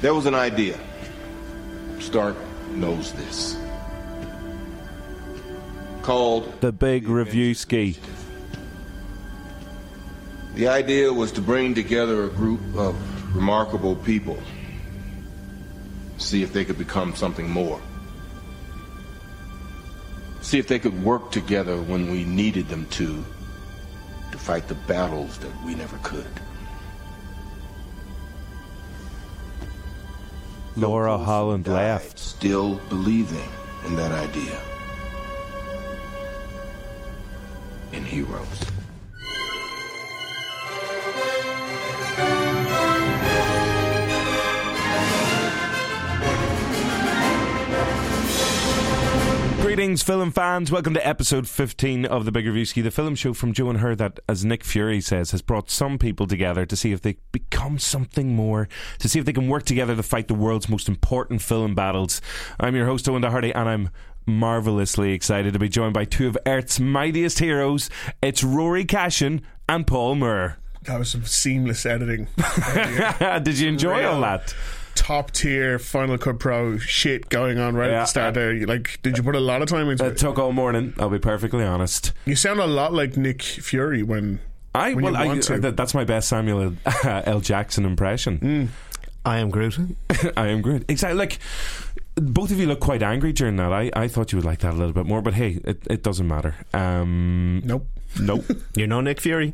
There was an idea. Stark knows this. Called The Big Review Ski. The idea was to bring together a group of remarkable people, see if they could become something more. See if they could work together when we needed them to, to fight the battles that we never could. Laura Holland Died left. Still believing in that idea. In heroes. Greetings, film fans. Welcome to episode 15 of The Big Reviewski, the film show from Joe and Her that, as Nick Fury says, has brought some people together to see if they become something more, to see if they can work together to fight the world's most important film battles. I'm your host, Owen Doherty, and I'm marvelously excited to be joined by two of Earth's mightiest heroes. It's Rory Cashin and Paul Murr. That was some seamless editing. Did you enjoy all that? Top tier Final Cut Pro shit going on right at Yeah. the start there. You- Like, did you put a lot of time into It it? took all morning, I'll be perfectly honest. You sound a lot like Nick Fury when. I When you well, I, uh, want to. that- that's my best Samuel uh, L. Jackson impression. I am Groot. Mm. I am Groot. Exactly. Like both of you look quite angry during that. I, I thought you would like that a little bit more, but hey, it, it doesn't matter. Um, Nope. nope. You're no Nick Fury.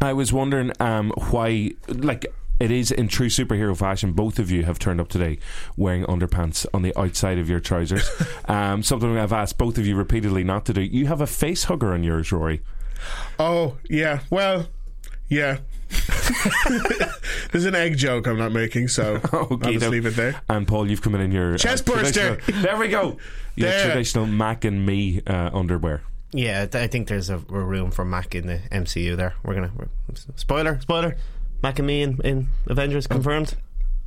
I was wondering um, why, like. It is in true superhero fashion. Both of you have turned up today wearing underpants on the outside of your trousers. um, something I've asked both of you repeatedly not to do. You have a face hugger on yours, Rory. Oh, yeah. Well, yeah. There's an egg joke I'm not making, so I'll just Okey-doke. leave it there. And Paul, you've come in in your uh, Chest traditional- burster. There we go. Your There. traditional Mac and me uh, underwear. Yeah, th- I think there's a, a room for Mac in the MCU. There, we're gonna we're, spoiler, spoiler. Mac and me in, in Avengers confirmed.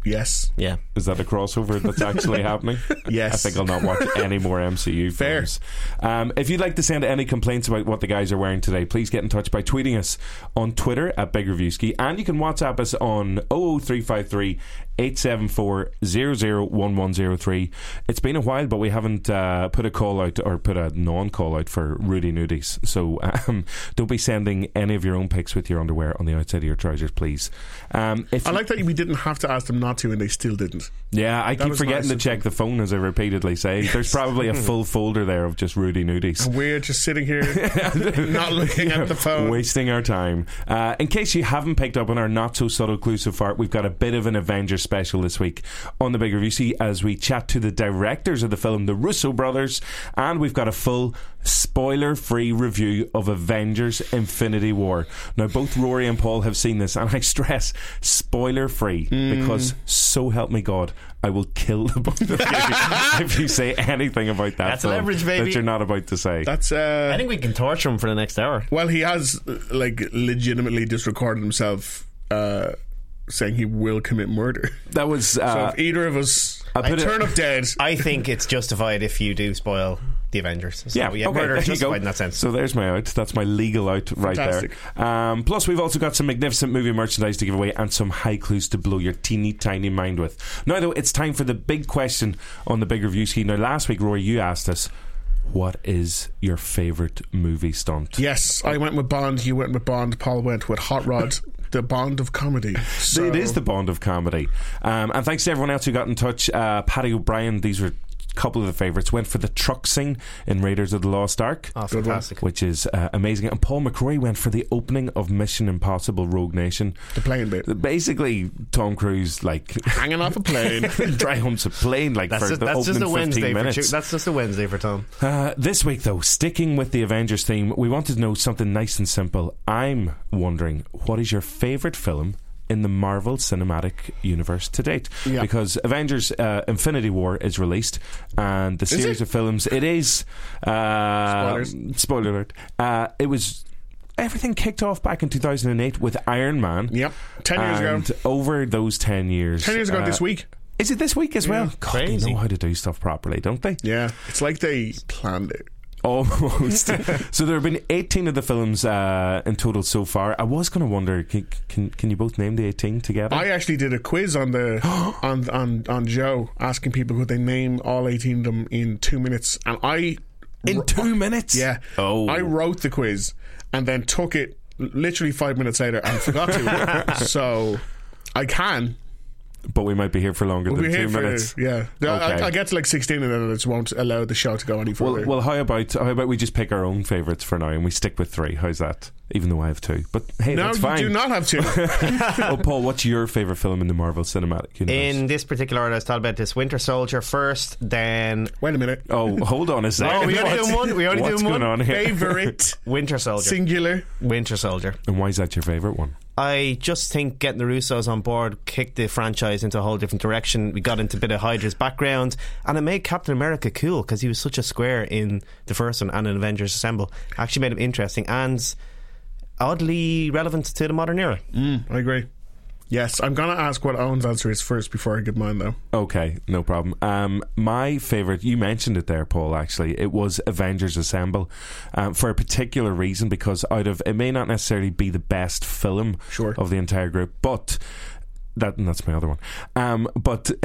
Yes. Yeah, Is that a crossover that's actually happening? Yes. I think I'll not watch any more MCU Fair. films. Um, if you'd like to send any complaints about what the guys are wearing today, please get in touch by tweeting us on Twitter at Big Reviewski, and you can WhatsApp us on 00353 874 001103. It's been a while, but we haven't uh, put a call out or put a non call out for Rudy Nudies. So um, don't be sending any of your own pics with your underwear on the outside of your trousers, please. Um, if I like that we didn't have to ask them not to, and they still didn't. yeah, I keep was forgetting nice to of check the phone as I repeatedly say. There's probably a full folder there of just Rudy Nudies. We're just sitting here, not looking at the phone. Wasting our time. Uh, in case you haven't picked up on our not so subtle clue so far, we've got a bit of an Avengers special this week on the Big Review See as we chat to the directors of the film, the Russo brothers, and we've got a full spoiler free review of Avengers Infinity War. Now, both Rory and Paul have seen this, and I stress spoiler free Hmm. because so help me God, I will kill the both of you if you say anything about that. That's film leverage, baby. That you're not about to say. That's uh, I think we can torture him for the next hour. Well, he has uh, like legitimately just recorded himself uh, saying he will commit murder. that was. So Uh, if either of us I put it- turn up dead, I think it's justified if you do spoil the Avengers. So, yeah, okay, murder there is you go. justified in that sense. So there's my out. That's my legal out right Fantastic. there. Um, plus, we've also got some magnificent movie merchandise to give away and some high clues to blow your teeny tiny mind with. Now, though, it's time for the big question on the big review scheme. Now, last week, Rory, you asked us, what is your favourite movie stunt? yes, I went with Bond. You went with Bond. Paul went with Hot Rod, the Bond of comedy. So It is the bond of comedy. Um, and thanks to everyone else who got in touch. Uh, Patty O'Brien, these were a couple of the favourites, went for the truck scene in Raiders of the Lost Ark. Oh, fantastic. which is uh, amazing. And Paul McCrory went for the opening of Mission Impossible: Rogue Nation. the plane bit. Basically, Tom Cruise like Hanging off a plane. drives a plane like That's for just, the that's opening just a 15 Wednesday for minutes. Chu- that's just a Wednesday for Tom. Uh, this week, though, sticking with the Avengers theme, we wanted to know something nice and simple. I'm wondering, what is your favourite film in the Marvel Cinematic Universe to date? Yeah. Because Avengers uh, Infinity War is released, and the series it? of films, it is. Uh, Spoilers. Spoiler alert. Uh, it was. Everything kicked off back in 2008 with Iron Man. yep, ten years and ago. over those 10 years. Ten years ago uh, this week. Is it this week as well? God, Crazy. they know how to do stuff properly, don't they? Yeah, it's like they planned it. Almost. so there have been 18 of the films uh, in total so far. I was going to wonder can, can can you both name the 18 together? I actually did a quiz on the on on on Joe asking people could they name all eighteen of them in two minutes, and I in wr- two minutes? yeah Oh. I wrote the quiz and then took it literally five minutes later and forgot to. so I can. But we might be here for longer We'll be than here two for minutes. yeah. No, I- Okay. I, get to like sixteen and then it just won't allow the show to go any further. Well, well, how about how about we just pick our own favourites for now and we stick with three? How's that? Even though I have two, but hey, no, that's you fine. do not have to. oh, Paul, what's your favourite film in the Marvel Cinematic Universe? In this particular order, I was talking about this Winter Soldier first, then Wait a minute. oh, hold on a second. Oh, we only What's- doing one? We only what's doing one? going on here? Favorite Winter Soldier. singular. Winter Soldier. And why is that your favourite one? I just think getting the Russos on board kicked the franchise into a whole different direction. We got into a bit of Hydra's background, and it made Captain America cool because he was such a square in the first one and in Avengers Assemble. Actually, made him interesting and oddly relevant to the modern era. Hmm. I agree. Yes, I'm gonna ask what Owen's answer is first before I give mine though. Okay, no problem. Um, my favorite, you mentioned it there, Paul. Actually, it was Avengers Assemble, um, for a particular reason because out of it may not necessarily be the best film Sure. of the entire group, but that and that's my other one. Um, but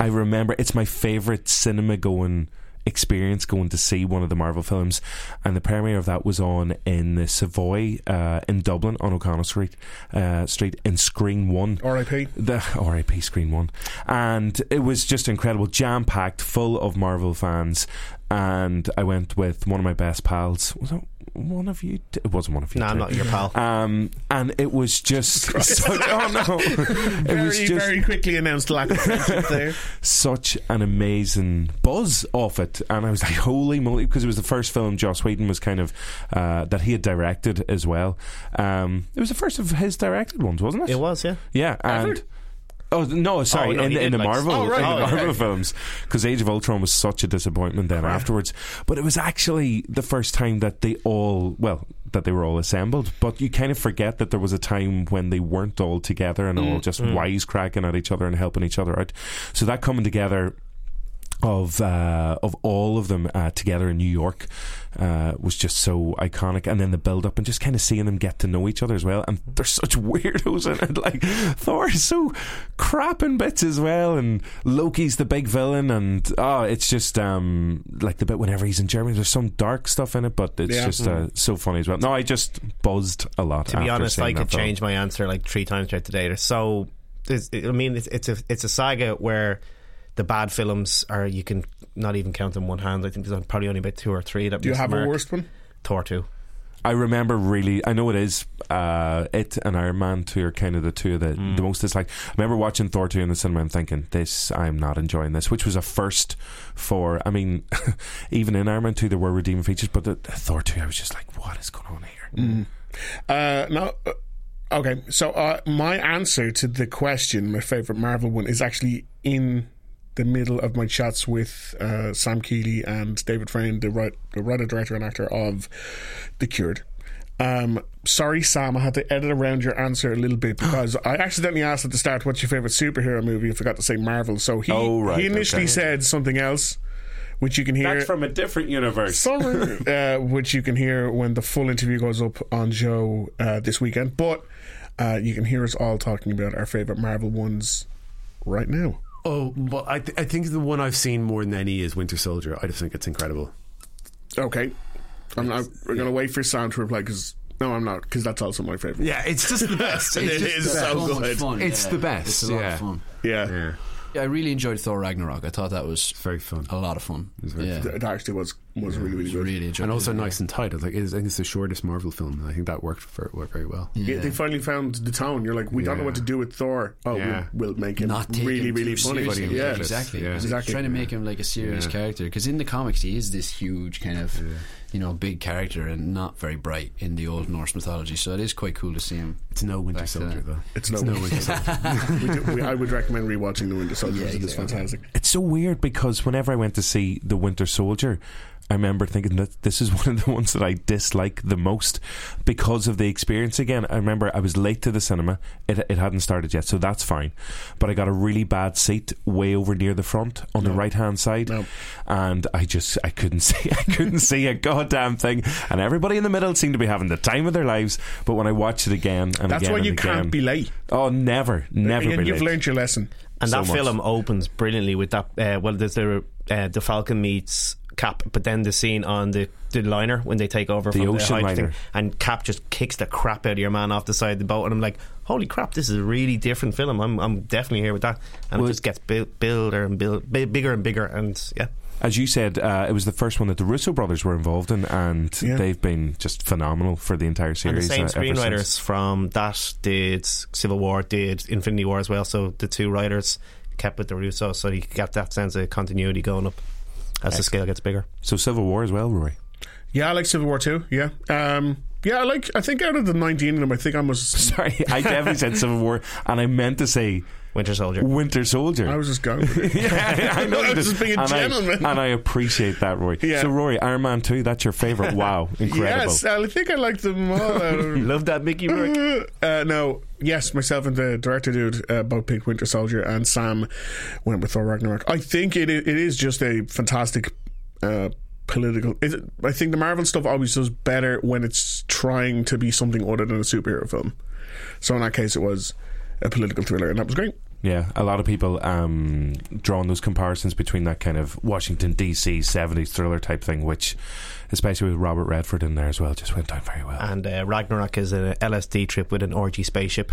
I remember it's my favorite cinema going experience going to see one of the Marvel films, and the premiere of that was on in the Savoy uh, in Dublin on O'Connell Street, uh, Street in Screen One R.I.P. the RIP Screen One, and it was just incredible, jam packed, full of Marvel fans. And I went with one of my best pals. Was it one of you? t- It wasn't one of you. Nah, two. I'm not your pal. Um, and it was just such, oh no, it Very, was just very quickly announced lack of friendship there. such an amazing buzz off it, and I was like, holy moly, because it was the first film Joss Whedon was kind of uh, that he had directed as well. Um, it was the first of his directed ones, wasn't it? It was, yeah. Yeah, and oh no, sorry, Oh, no, in, he in did the like- Marvel, Oh, right, in the oh, Marvel okay. Oh, films, because Age of Ultron was such a disappointment then afterwards. But it was actually the first time that they all, well, that they were all assembled. But you kind of forget that there was a time when they weren't all together and Mm, all just wisecracking at each other and helping each other out. So that coming together of uh, of all of them uh, together in New York uh, was just so iconic, and then the build up and just kind of seeing them get to know each other as well. And they're such weirdos in it. Like Thor is so crap in bits as well, and Loki's the big villain, and oh, it's just um, like the bit whenever he's in Germany, there's some dark stuff in it, but it's Yeah. just uh, so funny as well. No, I just buzzed a lot. Mm. to be honest, I could change my answer like three times throughout the day. There's so, there's, I mean, it's, it's a it's a saga where the bad films are you can not even count on one hand. I think there's probably only about two or three that Do you miss have the a mark. worst one? Thor two. I remember really. I know it is. Uh, it and Iron Man two are kind of the two that Mm. the most disliked. I remember watching Thor two in the cinema and thinking, "This, I'm not enjoying this," which was a first for. I mean, even in Iron Man two, there were redeeming features, but the, the Thor two, I was just like, "What is going on here?" Mm. Uh, no. uh, Okay, so uh, my answer to the question, my favorite Marvel one, is actually in the middle of my chats with uh, Sam Keeley and David Frayne, the, write, the writer, director, and actor of The Cured. Um, sorry, Sam, I had to edit around your answer a little Ah. bit because I accidentally asked at the start, "What's your favorite superhero movie?" and forgot to say Marvel. So he Oh, right, he initially okay. said something else, which you can hear That's from a different universe. summer, uh, which you can hear when the full interview goes up on Joe uh, this weekend. But uh, you can hear us all talking about our favorite Marvel ones right now. Oh, well, I, th- I think the one I've seen more than any is Winter Soldier. I just think it's incredible. Okay, I'm not, we're gonna wait for Sam to reply because no, I'm not because that's also my favorite. Yeah, it's just the best. It just is the so best. good. fun, It's yeah. the best, It's a lot yeah. of fun. yeah. Yeah, Yeah, I really enjoyed Thor Ragnarok. I thought that was very fun. a lot of fun. yeah, Th- It actually was was really really It was good. really enjoyed. And also nice and tight. I think it's, I think it's the shortest Marvel film. and I think that worked for, worked very well. Yeah, they finally found the tone. You're like, we don't know Yeah. what to do with Thor. Oh, Yeah. we'll, we'll make him not taking really, him really too funny. seriously. Yeah. Yeah, exactly. Yeah. Exactly. Trying to make him like a serious Yeah. character because in the comics he is this huge kind of, you know, big character and not very bright in the old Norse mythology. So it is quite cool to see him. It's no Winter Back to Soldier, that. though. It's no, Winter Soldier. we do, we, I would recommend rewatching The Winter Soldier. Yeah, it is exactly. fantastic. It's so weird because whenever I went to see The Winter Soldier, I remember thinking that this is one of the ones that I dislike the most because of the experience again. I remember I was late to the cinema. It, it hadn't started yet, so that's fine. But I got a really bad seat way over near the front on the right hand side. No. And I just I couldn't see I couldn't see a goddamn thing. And everybody in the middle seemed to be having the time of their lives. But when I watched it again and That's again why and you again, can't be late. Oh never, never Again, be you've late. learned your lesson. And so that much. film opens brilliantly with that. Uh, well, there's the uh, the Falcon meets Cap, but then the scene on the, the liner when they take over The from ocean the hydro liner. thing, and Cap just kicks the crap out of your man off the side of the boat, and I'm like, holy crap, this is a really different film. I'm I'm definitely here with that, and Well- it just gets build, builder and build, bi- bigger and bigger, and yeah, As you said, uh, it was the first one that the Russo brothers were involved in, and Yeah. they've been just phenomenal for the entire and the series. same uh, ever since. screenwriters from that did Civil War, did Infinity War as well. So the two writers kept with the Russo, so you got that sense of continuity going up as the scale gets bigger. So Civil War as well, Rory. Yeah, I like Civil War too. Yeah, um, yeah, I like. I think out of the nineteen of them, I think I was Sorry, I definitely said Civil War, and I meant to say Winter Soldier. Winter Soldier. I was just going. with it. yeah, I know I you was did. just being a and gentleman. I, and I appreciate that, Rory. Yeah. So, Rory, Iron Man 2, that's your favourite. Wow, incredible. yes, I think I like them all. out of- Mm. Love that Mickey Rourke. Uh, no, yes, myself and the director dude, uh, Bo Pink, Winter Soldier, and Sam went with Thor Ragnarok. I think it it is just a fantastic uh, political. Is it, I think the Marvel stuff always does better when it's trying to be something other than a superhero film. So in that case, it was a political thriller, and that was great. Yeah, a lot of people um, drawing those comparisons between that kind of Washington D.C. '70s thriller type thing, which, especially with Robert Redford in there as well, just went down very well. And uh, Ragnarok is an LSD trip with an orgy spaceship,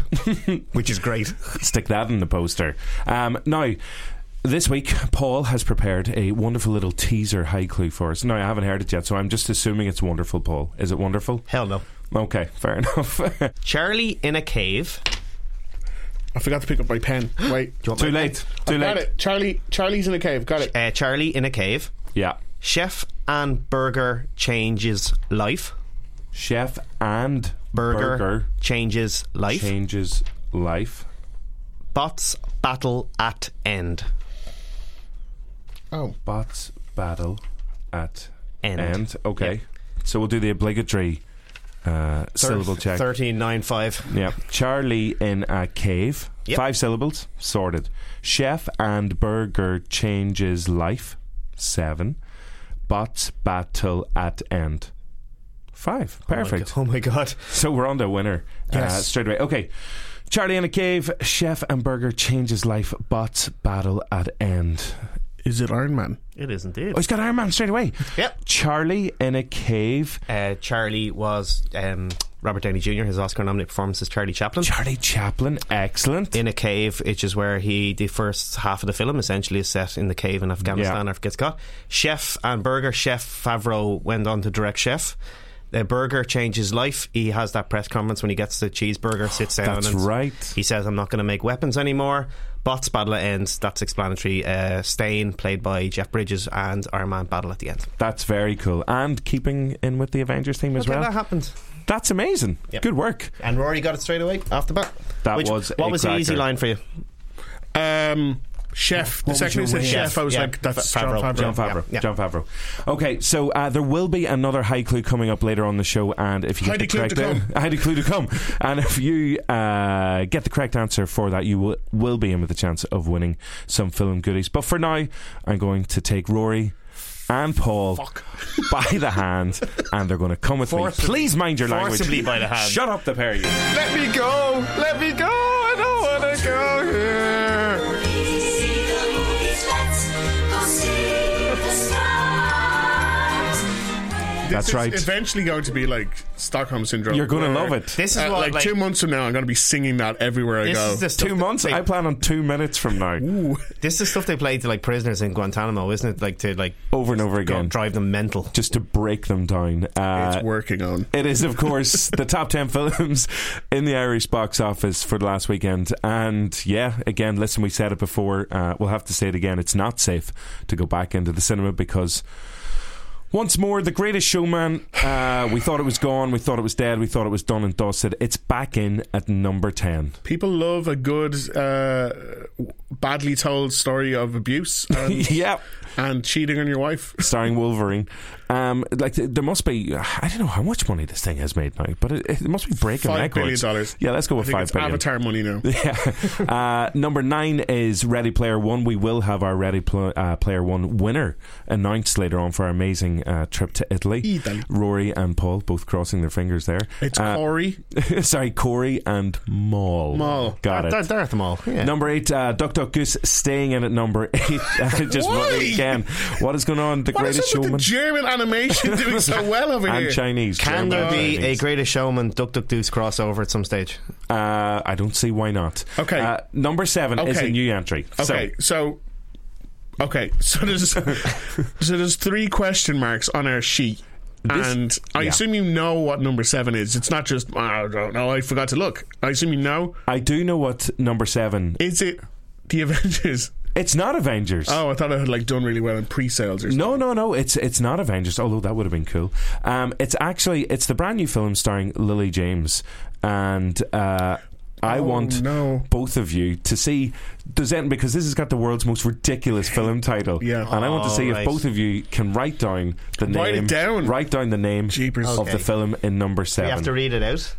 which is great. Stick that in the poster. Um, now. This week, Paul has prepared a wonderful little teaser high clue for us. Now, I haven't heard it yet, so I'm just assuming it's wonderful, Paul. Is it wonderful? Hell no. Okay, fair enough. Charlie in a cave. I forgot to pick up my pen. Wait, Too late. Too got late. it. Charlie, Charlie's in a cave. Got it. Uh, Charlie in a cave. Yeah. Chef and burger changes life. Chef and Burger, burger changes life. changes life. Bots battle at end. Oh, Bots battle at End. end. Okay. So we'll do the obligatory uh, syllable check. Thirteen nine five. Yeah. Charlie in a cave. Yep. Five syllables. Sorted. Chef and burger changes life. Seven. Bots battle at end. Five. Perfect. Oh my god. So we're on the winner uh, straight away. Okay. Charlie in a cave, chef and burger changes life, bots battle at end. is it Iron Man? It is indeed. Oh, he's got Iron Man straight away. Yep. Charlie in a cave, Uh, Charlie was um, Robert Downey Jr. His Oscar nominated performance is Charlie Chaplin. Charlie Chaplin, excellent. in a cave, which is where he the first half of the film essentially is set in the cave in Afghanistan Yeah. after it gets caught. Chef and Burger Chef Favreau went on to direct Chef. Uh, Burger changes life. He has that press conference when he gets the cheeseburger, sits down. That's and right. He says, "I'm not going to make weapons anymore." Bots battle at ends. That's explanatory. Uh, Stain, played by Jeff Bridges, and Iron Man battle at the end. That's very cool. And keeping in with the Avengers theme as Okay, well. that happened. That's amazing. Yep. Good work. And Rory got it straight away off the bat. That Which- was what a was the cracker. easy line for you? Um, chef. the was second your you said way? chef, I was Yeah. like, that's Favreau. John Favreau. John Favreau. Yeah. John Favreau. Okay, so uh, there will be another high clue coming up later on the show, and if you get Heidi the clue correct to come. Heidi clue to come, and if you uh, get the correct answer for that, you will, will be in with a chance of winning some film goodies. But for now, I'm going to take Rory. And Paul by the hand, and they're going to come with me. Forcibly- Please mind your forcibly language. by the hand. Shut up, the pair of you. Let me go. Let me go. I don't want to go here. See the movies, let's go see the stars. This That's is right. Eventually, going to be like Stockholm syndrome. You're going to where, love it. This is uh, what like, like two months from now, I'm going to be singing that everywhere I This go. is the stuff Two that months. They, I plan on two minutes from now, Ooh. this is stuff they play to like prisoners in Guantanamo, isn't it? Like to like over and over go again, drive them mental. just to break them down. Uh, it's working on. It is, of course, the top 10 films in the Irish box office for the last weekend. And yeah, again, listen, we said it before. Uh, we'll have to say it again. It's not safe to go back into the cinema because. Once more, the greatest showman. Uh, we thought it was gone. We thought it was dead. We thought it was done and dusted. It's back in at number 10. People love a good, uh, badly told story of abuse. And yeah. and cheating on your wife. starring Wolverine. Um, like th- there must be, I don't know how much money this thing has made now, but it, it must be breaking Five billion records. dollars. Yeah, let's go I with think five it's billion. Avatar money now. Yeah. Uh, number nine is Ready Player One. We will have our Ready Pl- uh, Player One winner announced later on for our amazing uh, trip to Italy. Italy. Rory and Paul both crossing their fingers there. It's Uh, Corey sorry, Corey and Maul. Mall. Got it. They're, they're at the mall. Yeah. Number eight, uh, Duck Duck Goose staying in at number eight. I just Why? wondering again, what is going on? The What is greatest up with showman the German animation doing so well over and here? Chinese. German Can there and be a Chinese. greatest showman Duck Duck Deuce crossover at some stage? Uh, I don't see why not. Okay. Uh, number seven is Okay. a new entry. Okay, so. Okay, so there's so there's three question marks on our sheet, and I yeah. assume you know what number seven is. It's not just I don't know. I forgot to look. I assume you know. So I do know what number seven. Is it the Avengers? It's not Avengers. Oh, I thought I had like done really well in pre-sales or something. No, no, no. It's it's not Avengers. Although that would have been cool. Um, it's actually it's the brand new film starring Lily James, and uh, I Oh, want no. both of you to see does it because this has got the world's most ridiculous film title. Yeah. and I want to see if Alright. both of you can write down the name. Write it down. Write down the name Jeepers. of the film in number We seven. have to read it out.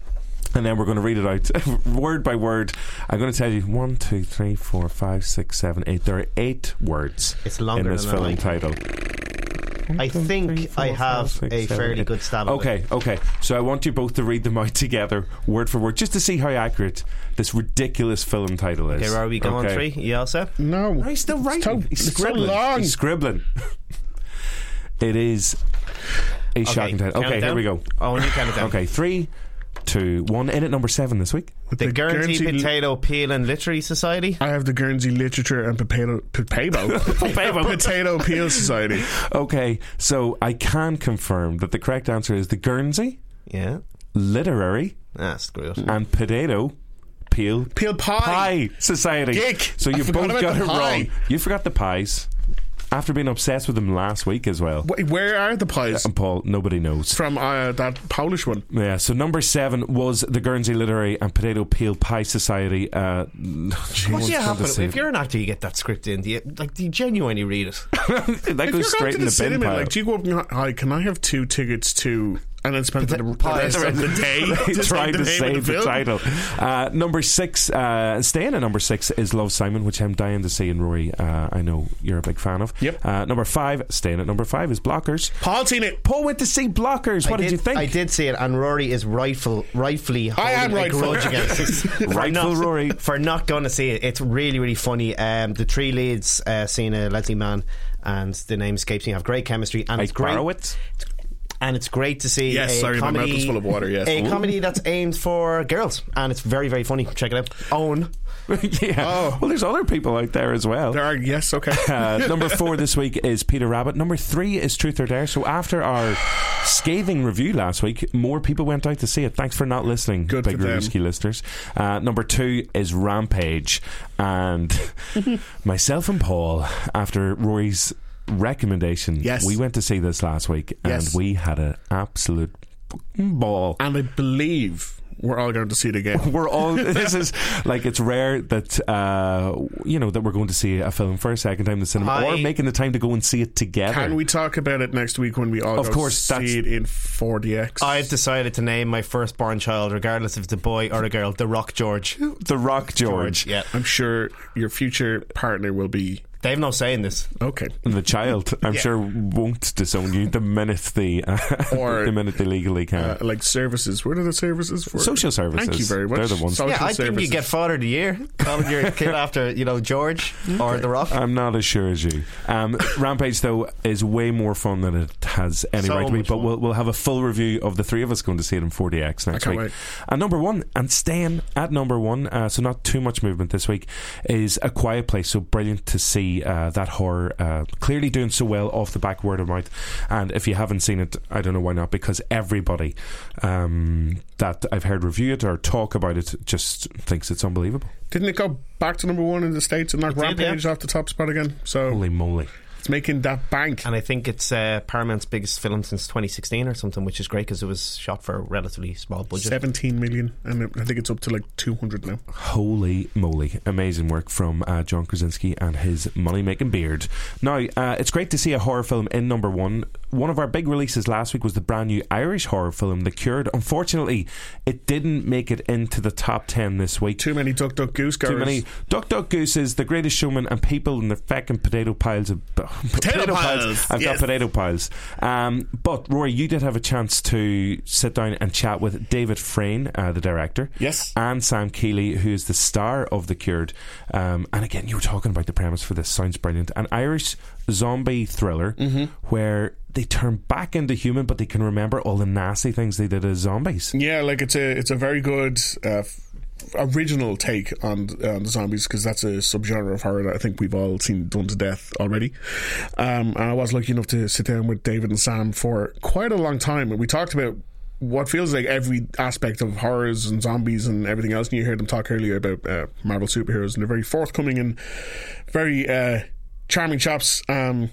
and then we're going to read it out word by word. I'm going to tell you one, two, three, four, five, six, seven, eight. There are eight words It's in longer this than I film like. title. I think I have a fairly good stab at Okay, okay. So I want you both to read them out together, word for word, just to see how accurate this ridiculous film title is. Here are we going Okay. three? You all set? No, No, he's still It's writing. to- he's it's so scribbling. long. He's scribbling. it is a shocking title. count Okay, it here down. we go. Oh, and you count it down. Okay, three, two, one. In at number seven this week. The, The Guernsey, Guernsey- Potato Peel and Literary Society. I have the Guernsey Literature and Potato Potato Potato. Potato Peel Society. Okay, so I can confirm that the correct answer is the Guernsey Yeah. Literary Ah, screw it. and Potato Peel Peel Mm. pie. Pie Society. Dick! So I you've forgot both about got the it pie. wrong. You forgot the pies after being obsessed with them last week as well. Wait, where are the pies And Paul, nobody knows. from? Uh, that Polish one. Yeah, so number seven was the Guernsey Literary and Potato Peel Pie Society. Uh, no What one's do you gone have to with- see If you're an actor, you get that script in. Do you, like, do you genuinely read it? it. that If goes you're going straight to in the the bin cinema, pile. like, do you go up and hi? Can I have two tickets to? And then spend the, the rest of the day They just tried like to the name save of the, film. title. Uh, number six, uh, staying at number six is Love Simon, which I'm dying to see. And Rory, uh, I know you're a big fan of. Yep. Uh, number five, staying at number five is Blockers. Paul seen it. Paul went to see Blockers. What I did, you think? I did see it, and Rory is rightful, rightfully I holding am rightful. a grudge against us. for Rightful not, Rory. For not going to see it. It's really, really funny. Um, the three leads, uh, Cena, Leslie Mann, and the name escapes me, have great chemistry. And I it's great. borrow it. and it's great to see Yes, a sorry, my mouth comedy, was full of water, yes. a Ooh. comedy that's aimed for girls, and it's very, very funny. Check it out. Own. yeah. Oh. Well, there's other people out there as well. There are yes, okay. Uh, number four this week is Peter Rabbit. Number three is Truth or Dare. So after our scathing review last week, more people went out to see it. Thanks for not listening, Good big for them. Rubiski listeners. Uh, number two is Rampage, and myself and Paul, after Rory's recommendation, Yes. we went to see this last week, Yes. and we had an absolute fucking ball. and I believe we're all going to see it again. we're all this is like it's rare that uh, you know that we're going to see a film for a second time in the cinema or I- making the time to go and see it together. Can we talk about it next week when we all Of go course, that's- see it in 4DX? I've decided to name my firstborn child, regardless if it's a boy or a girl, The Rock George. The Rock George, Yeah, I'm sure your future partner will be they have no say in this. okay. uh, and the child, I'm sure won't disown you the minute the uh, Or, the minute they legally can. Uh, like services. What are the services for? Social services. Thank you very much. They're the ones. Social yeah, I think you services. get Father of the Year, calling your kid after you know George or The Rock. I'm not as sure as you. Um, Rampage though is way more fun than it has any So right to be. much But fun. we'll we'll have a full review of the three of us going to see it in 40x next can't week. wait. And number one, and staying at number one, uh, so not too much movement this week, is A Quiet Place. So brilliant to see uh, that horror uh, clearly doing so well off the back word of mouth. And if you haven't seen it, I don't know why not, because everybody um, that I've heard review it or talk about it just thinks it's unbelievable. Didn't it go back to number one in the states and knock did, Rampage off the top spot again? So Holy moly! It's making that bank. And I think it's uh, Paramount's biggest film since 2016 or something, which is great because it was shot for a relatively small budget. 17 million, and I think it's up to like 200 now. Holy moly. Amazing work from uh, John Krasinski and his money making beard. Now, uh, it's great to see a horror film in number one. One of our big releases last week was the brand new Irish horror film, The Cured. Unfortunately, it didn't make it into the top 10 this week. Too many Duck Duck Goose Too Garers. many Duck Duck Gooses, The Greatest Showman, and people in their feckin' potato piles of potato piles, I've yes. got potato piles. Um, but Rory, you did have a chance to sit down and chat with David Frayne, uh, the director, Yes. and Sam Keeley, who is the star of The Cured. Um, and again, you were talking about the premise for this. Sounds brilliant. An Irish zombie thriller where they turn back into human, but they can remember all the nasty things they did as zombies. Yeah, like it's a it's a very good uh, f- original take on on the zombies because that's a subgenre of horror that I think we've all seen done to death already. Um, and I was lucky enough to sit down with David and Sam for quite a long time, and we talked about what feels like every aspect of horrors and zombies and everything else. And you heard them talk earlier about uh, Marvel superheroes, and they're very forthcoming and very uh, charming chaps. Um,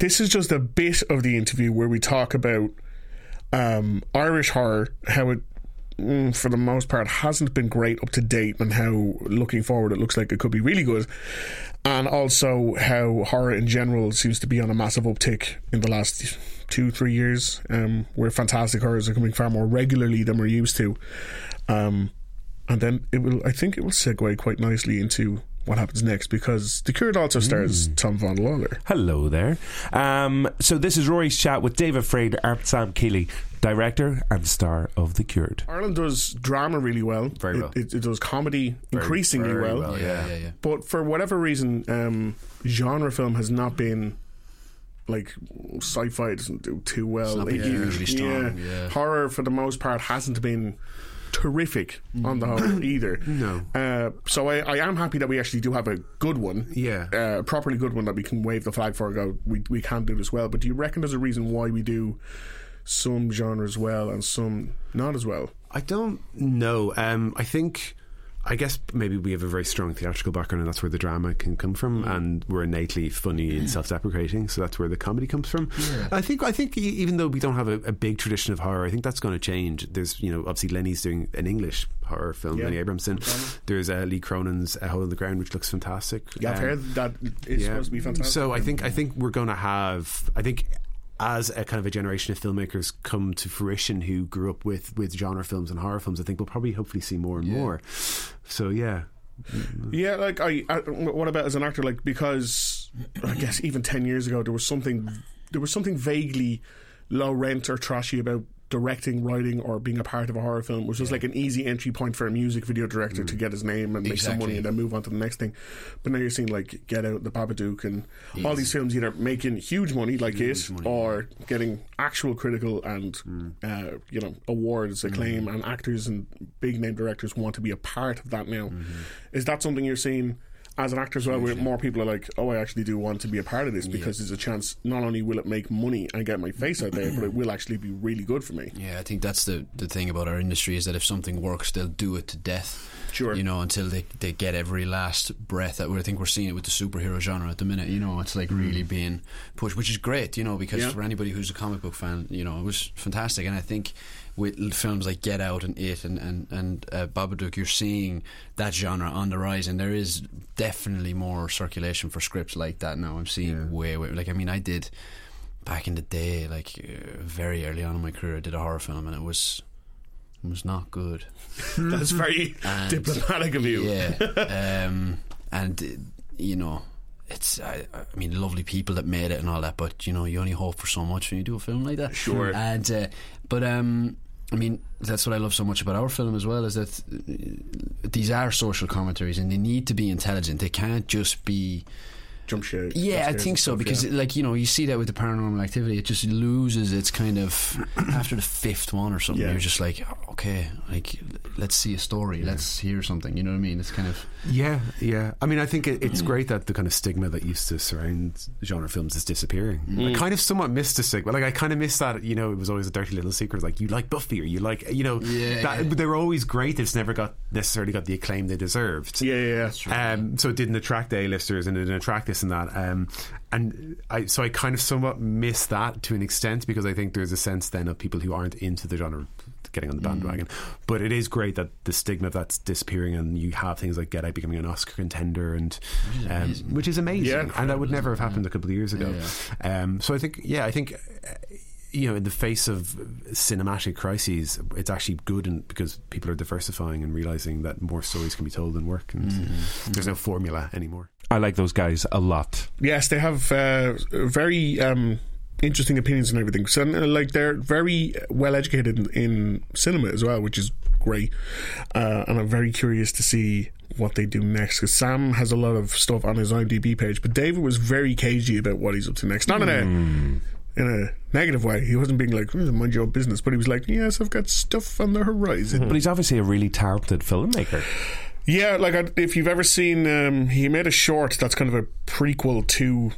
this is just a bit of the interview where we talk about um, Irish horror, how it, mm, for the most part, hasn't been great up to date, and how looking forward it looks like it could be really good, and also how horror in general seems to be on a massive uptick in the last two, three years, um, where fantastic horrors are coming far more regularly than we're used to. Um, and then it will, I think it will segue quite nicely into what happens next because The Cured also stars Tom Von Lawler. Hello there. Um, so this is Rory's chat with David Fraid and Sam Keeley, director and star of The Cured. Ireland does drama really well. Very It- well. It, it does comedy increasingly very well. well, Yeah, yeah, yeah. But for whatever reason, um, genre film has not been like sci-fi doesn't do too well. not been Like, hugely strong, yeah. horror for the most part hasn't been terrific on the Mm. whole either. No. Uh, so I, I am happy that we actually do have a good one. Yeah. Uh, a properly good one that we can wave the flag for. and Go, we we can do this well. But do you reckon there's a reason why we do? Some genres well and some not as well. I don't know. Um, I think, I guess maybe we have a very strong theatrical background, and that's where the drama can come from. And we're innately funny and self-deprecating, so that's where the comedy comes from. I think. I think e- even though we don't have a, a big tradition of horror, I think that's going to change. There's, you know, obviously Lenny's doing an English horror film, Yeah. Lenny Abramson. There's uh, Lee Cronin's A Hole in the Ground, which looks fantastic. Yeah, I've Um, heard that it's supposed to be fantastic. so I think I think we're going to have I think as a kind of a generation of filmmakers come to fruition who grew up with with genre films and horror films, I think we'll probably hopefully see more and more. So yeah, Yeah, like I, I. What about as an actor? Like because I guess even ten years ago there was something, there was something vaguely low rent or trashy about directing, writing, or being a part of a horror film. It was just like an easy entry point for a music video director to get his name and make some money Exactly. and then move on to the next thing. But now you're seeing like Get Out, The Babadook, and all these films either making huge money like it, or getting actual critical and Hmm. uh, you know awards acclaim, and actors and big name directors want to be a part of that now. Mm-hmm. Is that something you're seeing? As an actor as well, where more people are like, "Oh, I actually do want to be a part of this because there's a chance. Not only will it make money and get my face out there, but it will actually be really good for me." Yeah, I think that's the, the thing about our industry is that if something works, they'll do it to death. Sure. You know, until they, they get every last breath. That I think we're seeing it with the superhero genre at the minute. You know, it's like really being pushed, which is great. You know, because Mm-hmm. Yeah. for anybody who's a comic book fan, you know, it was fantastic. And I think with l- films like Get Out and It and and and uh, Babadook, you're seeing that genre on the rise, and there is definitely more circulation for scripts like that now. I'm seeing way way like I mean, I did back in the day, like uh, very early on in my career, I did a horror film, and it was it was not good. That's very And- diplomatic of you. Yeah, um, and uh, you know, it's I, I mean, lovely people that made it and all that, but you know, you only hope for so much when you do a film like that. Sure. And uh, but um, I mean, that's what I love so much about our film as well is that uh, these are social commentaries and they need to be intelligent. They can't just be. Jump shade. Yeah, I Upstairs think and so stuff, because, yeah. like, you know, you see that with the paranormal activity, it just loses its kind of after the fifth one or something. Yeah. You're just like, okay, like, let's see a story, let's hear something. You know what I mean? It's kind of yeah, yeah. I mean, I think it, it's great that the kind of stigma that used to surround genre films is disappearing. I Mm. kind of somewhat miss the stigma. Like I kind of miss that. You know, it was always a dirty little secret. Like you like Buffy or you like you know. Yeah, that, yeah. But they were always great. It's never got necessarily got the acclaim they deserved. Yeah, yeah, yeah. Um, so it didn't attract A-listers and it didn't attract this this and that. Um, and I, so I kind of somewhat miss that to an extent because I think there's a sense then of people who aren't into the genre getting on the bandwagon. But it is great that the stigma of that's disappearing and you have things like Get Out becoming an Oscar contender and um, which is amazing. Yeah, and that would never have happened a couple of years ago. Um, so I think yeah, I think uh, you know in the face of cinematic crises, it's actually good and because people are diversifying and realizing that more stories can be told and work and there's no formula anymore. I like those guys a lot. Yes, they have uh, very um, interesting opinions on everything. So, uh, like, they're very well educated in, in cinema as well, which is great. Uh, and I'm very curious to see what they do next because Sam has a lot of stuff on his IMDb page, but David was very cagey about what he's up to next. Not in a in a negative way. He wasn't being like, "Hmm, "Mind your own business," but he was like, "Yes, I've got stuff on the horizon." But he's obviously a really talented filmmaker. Yeah, like I, if you've ever seen, um, he made a short that's kind of a prequel to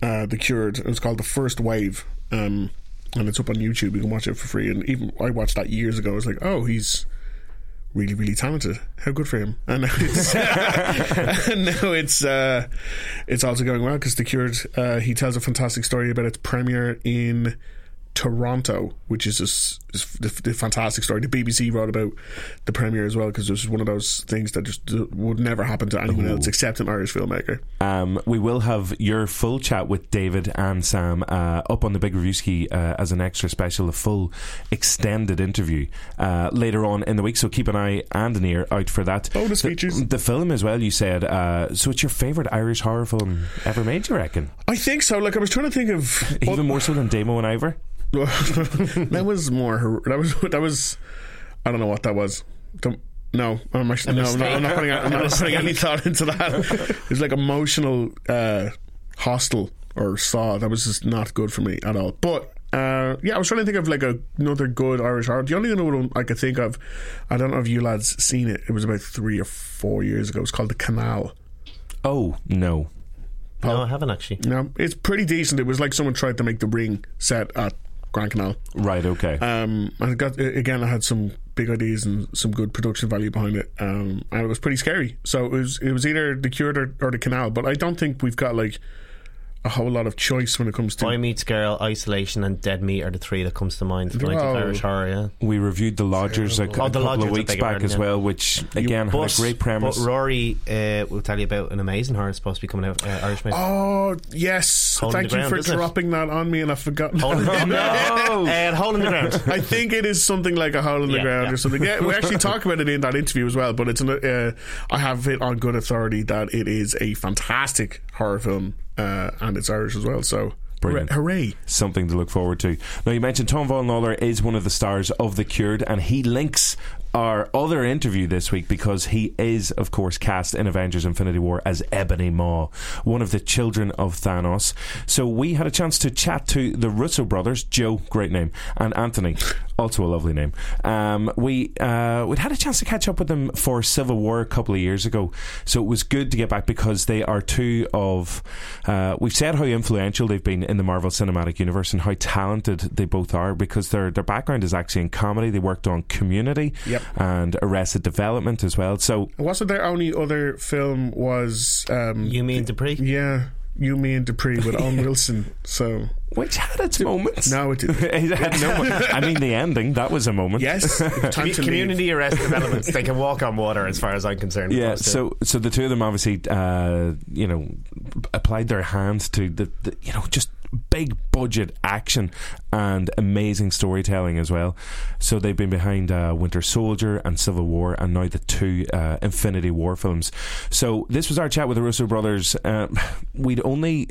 uh, The Cured. It was called The First Wave, um, and it's up on YouTube. You can watch it for free. And even I watched that years ago. I was like, oh, he's really, really talented. How good for him! And now it's and now it's uh, it's also going well because The Cured. Uh, he tells a fantastic story about its premiere in. Toronto, which is just is the, the fantastic story. The BBC wrote about the premiere as well because this is one of those things that just uh, would never happen to anyone else except an Irish filmmaker. Um, we will have your full chat with David and Sam uh, up on the Big Review Ski uh, as an extra special, a full extended interview uh, later on in the week. So keep an eye and an ear out for that. Bonus the, features. The film as well. You said uh, so. It's your favorite Irish horror film ever made? You reckon? I think so. Like I was trying to think of Even more so than Damo and Ivor. that was more. hor- That was that was. I don't know what that was. Don't- no, I'm actually no, I'm not, I'm not putting, I'm not putting any thought into that. It was like emotional, uh, hostile or saw. That was just not good for me at all. But uh, yeah, I was trying to think of like a, another good Irish horror. The only other one I could think of, I don't know if you lads seen it. It was about three or four years ago. It was called The Canal. Oh no. No, I haven't actually. No, it's pretty decent. It was like someone tried to make the Ring set at Grand Canal. Right. Okay. Uh, Um, and it got again, I had some big ideas and some good production value behind it, um, and it was pretty scary. So it was it was either the cured or, or the canal, but I don't think we've got like a whole lot of choice when it comes to. Boy Meets Girl, Isolation, and Dead Meat are the three that comes to mind for like Wow. Irish horror. Yeah. we reviewed the Lodgers a, a Oh, The couple Lodgers, I of weeks back beg your pardon, as yeah. well, which again had a But- great premise. But Rory uh, will tell you about an amazing horror that's supposed to be coming out. Uh, Irishman. Oh yes, Holding thank the you ground, for isn't it? dropping that on me, and I've forgotten. Holding the Oh. ground. Uh, hole in the ground. I think it is something like a hole in the Yeah, ground yeah. or something. Yeah, we actually talk about it in that interview as well. But it's an, uh, I have it on good authority that it is a fantastic horror film, uh, and it's Irish as well. So Brilliant. hooray! something to look forward to. Now, you mentioned Tom Von Lawler is one of the stars of The Cured, and he links our other interview this week because he is, of course, cast in Avengers Infinity War as Ebony Maw, one of the children of Thanos. So, we had a chance to chat to the Russo brothers, Joe, great name, and Anthony, also a lovely name. Um, we, uh, we'd had a chance to catch up with them for Civil War a couple of years ago, so it was good to get back because they are two of. Uh, we've said how influential they've been in the Marvel Cinematic Universe and how talented they both are because their their background is actually in comedy. They worked on Community Yep. and Arrested Development as well. So Wasn't their only other film was um, You mean Dupree? yeah, you, me, and Dupree with Owen Wilson. So which had its moments. now it is It had no mo- I mean, the ending that was a moment. yes, time to leave. Community arrest developments. They can walk on water, as far as I'm concerned. Yeah, so so the two of them obviously, uh, you know, applied their hands to the, the, you know, just big budget action and amazing storytelling as well. So they've been behind uh, Winter Soldier and Civil War, and now the two uh, Infinity War films. So this was our chat with the Russo brothers. Uh, we'd only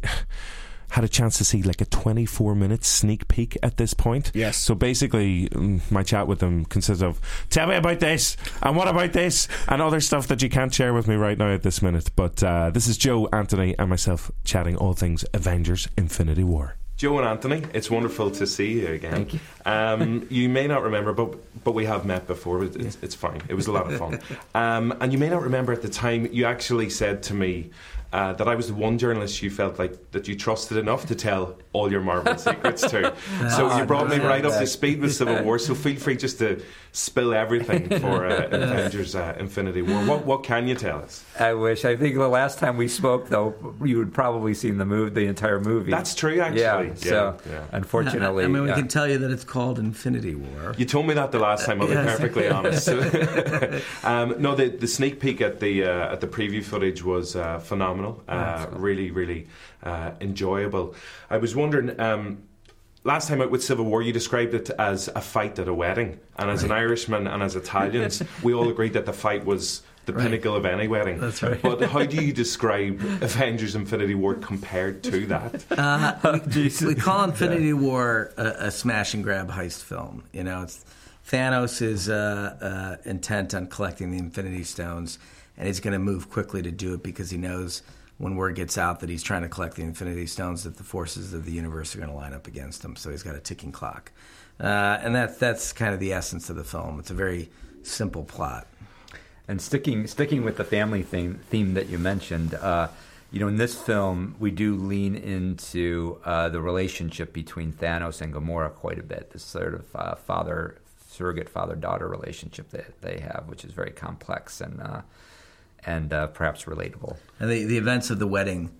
had a chance to see like a 24 minute sneak peek at this point. Yes. So basically, mm, my chat with them consists of tell me about this and what about this and other stuff that you can't share with me right now at this minute. But uh, this is Joe, Anthony, and myself chatting all things Avengers Infinity War. Joe and Anthony, it's wonderful to see you again. Thank you. Um, you may not remember, but but we have met before. It- It's, it's fine. It was a lot of fun. Um, and you may not remember at the time you actually said to me, uh, that I was the one journalist you felt like that you trusted enough to tell all your Marvel secrets to. so you brought me right up to speed with Civil War. So feel free just to spill everything for uh, Avengers uh, Infinity War. What what can you tell us? I wish. I think the last time we spoke, though, you had probably seen the move, the entire movie. That's true, actually. Yeah. Yeah, so yeah. unfortunately, uh, I mean, we yeah. can tell you that it's called Infinity War. You told me that the last time. I'll be Yes. perfectly honest. um, no, the, the sneak peek at the uh, at the preview footage was uh, phenomenal. Uh, really, really uh, enjoyable. I was wondering. Um, Last time out with Civil War, you described it as a fight at a wedding, and as an Irishman and as Italians, we all agreed that the fight was the pinnacle of any wedding. That's right. But how do you describe Avengers: Infinity War compared to that? we call Infinity War a, a smash and grab heist film. You know, it's, Thanos is uh, uh, intent on collecting the Infinity Stones, and he's going to move quickly to do it because he knows when word gets out that he's trying to collect the Infinity Stones that the forces of the universe are going to line up against him. So he's got a ticking clock, uh, and that's that's kind of the essence of the film. It's a very simple plot. And sticking sticking with the family theme theme that you mentioned, uh, you know, in this film we do lean into uh, the relationship between Thanos and Gamora quite a bit. This sort of uh, father surrogate father daughter relationship that they have, which is very complex and uh, and uh, perhaps relatable. And the, the events of the wedding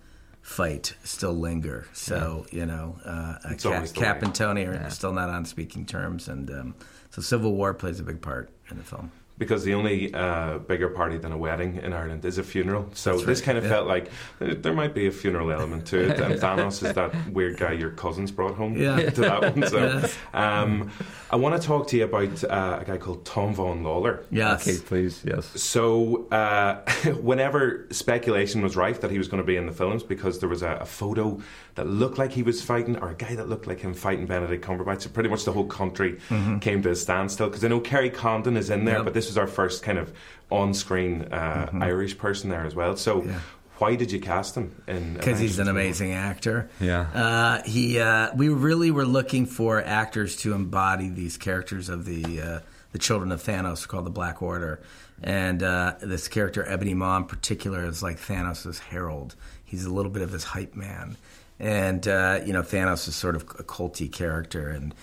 fight still linger. So, you know, uh, uh, Cap, always the Cap way. and Tony are still not on speaking terms. And um, so Civil War plays a big part in the film. because the only uh, bigger party than a wedding in Ireland is a funeral. So this kind of felt like uh, there might be a funeral element to it. And Thanos is that weird guy your cousins brought home Yeah. to that one. So um, I want to talk to you about uh, a guy called Tom Von Lawler. Yes. Okay, please, yes. So, uh, whenever speculation was rife that he was going to be in the films, because there was a, a photo that looked like he was fighting, or a guy that looked like him fighting Benedict Cumberbatch, so pretty much the whole country Mm-hmm. came to a standstill. Because I know Kerry Condon is in there, but this was our first kind of on screen uh, Mm-hmm. Irish person there as well. So, why did you cast him? Because he's an amazing actor. Yeah. Uh, he, uh, we really were looking for actors to embody these characters of the uh, the children of Thanos, called the Black Order, and uh, this character Ebony Maw in particular is like Thanos' herald. He's a little bit of his hype man, and uh, you know Thanos is sort of a culty character, and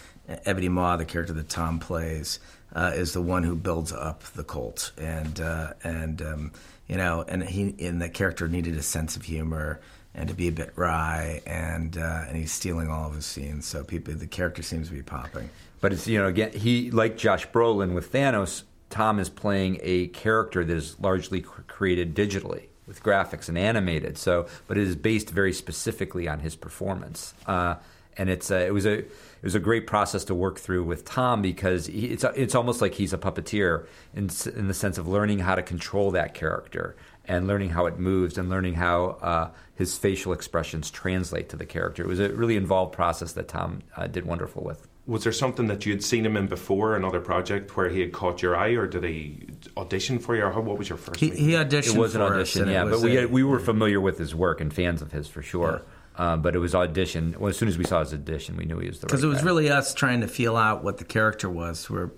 Ebony Maw, the character that Tom plays, uh, is the one who builds up the cult, and uh, and um, you know, and he and the character needed a sense of humor and to be a bit wry, and uh, and he's stealing all of his scenes, so people the character seems to be popping. But it's you know again he like Josh Brolin with Thanos, Tom is playing a character that is largely cr- created digitally with graphics and animated. So, but it is based very specifically on his performance, uh, and it's a, it was a it was a great process to work through with Tom because he, it's it's almost like he's a puppeteer in s- in the sense of learning how to control that character and learning how it moves and learning how uh, his facial expressions translate to the character. It was a really involved process that Tom uh, did wonderful with. Was there something that you had seen him in before, another project where he had caught your eye, or did he audition for you, or how, what was your first He, meeting? he auditioned. It was an for us, audition, and it yeah. But was we a- had, we were familiar with his work and fans of his for sure. Uh, but it was audition. Well, as soon as we saw his audition, we knew he was the. because right it was guy. really us trying to feel out what the character was. We're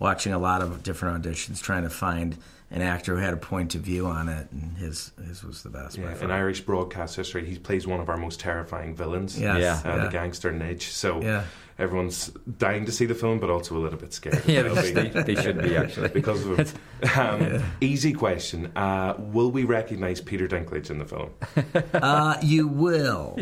watching a lot of different auditions, trying to find an actor who had a point of view on it, and his his was the best. by Yeah, far. in Irish broadcast history, he plays one of our most terrifying villains. Yes, uh, yeah. the gangster Nidge. So Yeah. everyone's dying to see the film, but also a little bit scared. Yeah, They'll they, be- they should be actually. because of him. Um, Easy question: uh, Will we recognise Peter Dinklage in the film? Uh, you will.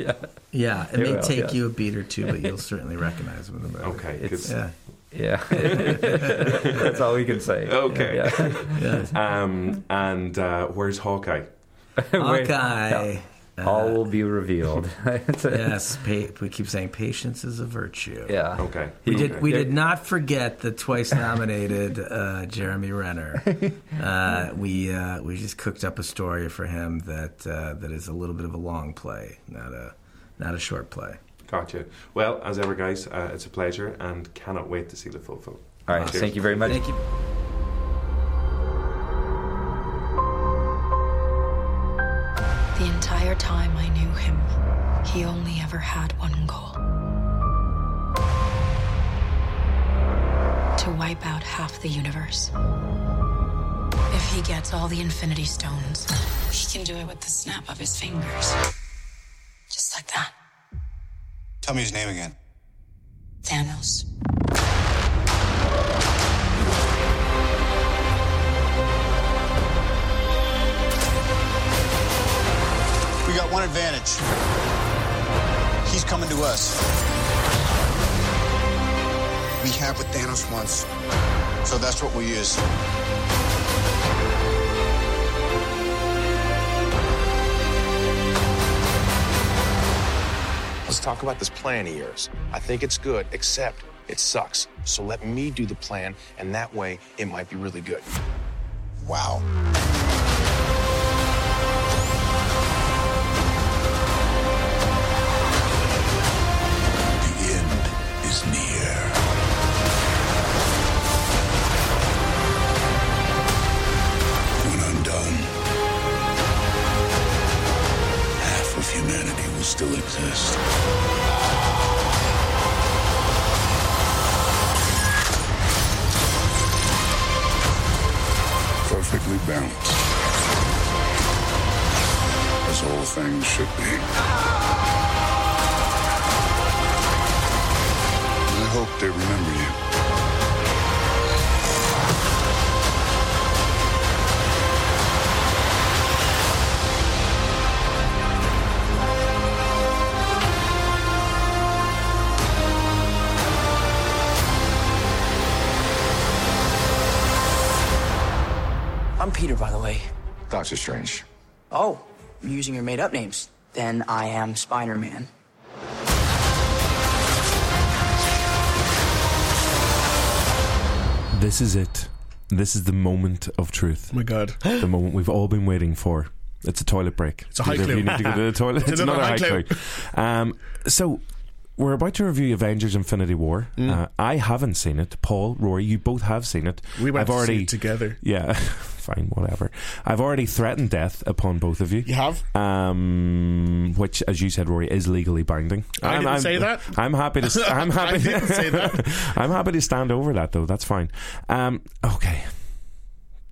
Yeah. It may will, take yeah. you a beat or two, but you'll certainly recognize him in the movie. Okay, 'cause- Yeah. Yeah, that's all we can say. Okay. Yeah. um, and uh, where's Hawkeye? Wait. Okay. all will be revealed. It's a- Yes. Pa- we keep saying patience is a virtue. yeah. Okay, We okay. did. We did not forget the twice nominated uh, Jeremy Renner. Uh, we uh, we just cooked up a story for him that uh, that is a little bit of a long play, not a not a short play. Gotcha. Well, as ever, guys, uh, it's a pleasure, and cannot wait to see the full film. All right. Cheers. Thank you very much. Thank you. The entire time I knew him, he only ever had one goal to wipe out half the universe. If he gets all the Infinity Stones, He can do it with the snap of his fingers. Just like that. Tell me his name again. Thanos. We got one advantage. He's coming to us. We have what Thanos wants, so that's what we use. Let's talk about this plan of yours. I think it's good, except it sucks. So let me do the plan, and that way it might be really good. Wow. The end is near. When I'm done, half of humanity will still exist. Perfectly balanced. As all things should be. Oh I hope they remember you. I'm Peter, by the way. Doctor Strange. Oh, you're using your made up names. Then I am Spider Man. This is it. This is the moment of truth. Oh my god. The moment we've all been waiting for. It's a toilet break. It's a high Does everybody need to clue. go to the toilet. It's it's another another high high clue. clue. Um, so we're about to review Avengers: Infinity War. Mm. Uh, I haven't seen it. Paul, Rory, you both have seen it. We went I've to see already it together. Yeah, fine, whatever. I've already threatened death upon both of you. You have? um, which, as you said, Rory, is legally binding. I I'm- didn't I'm- say that. I'm happy to. st- I'm I happy. didn't say that. I'm happy to stand over that, though. That's fine. Um, okay,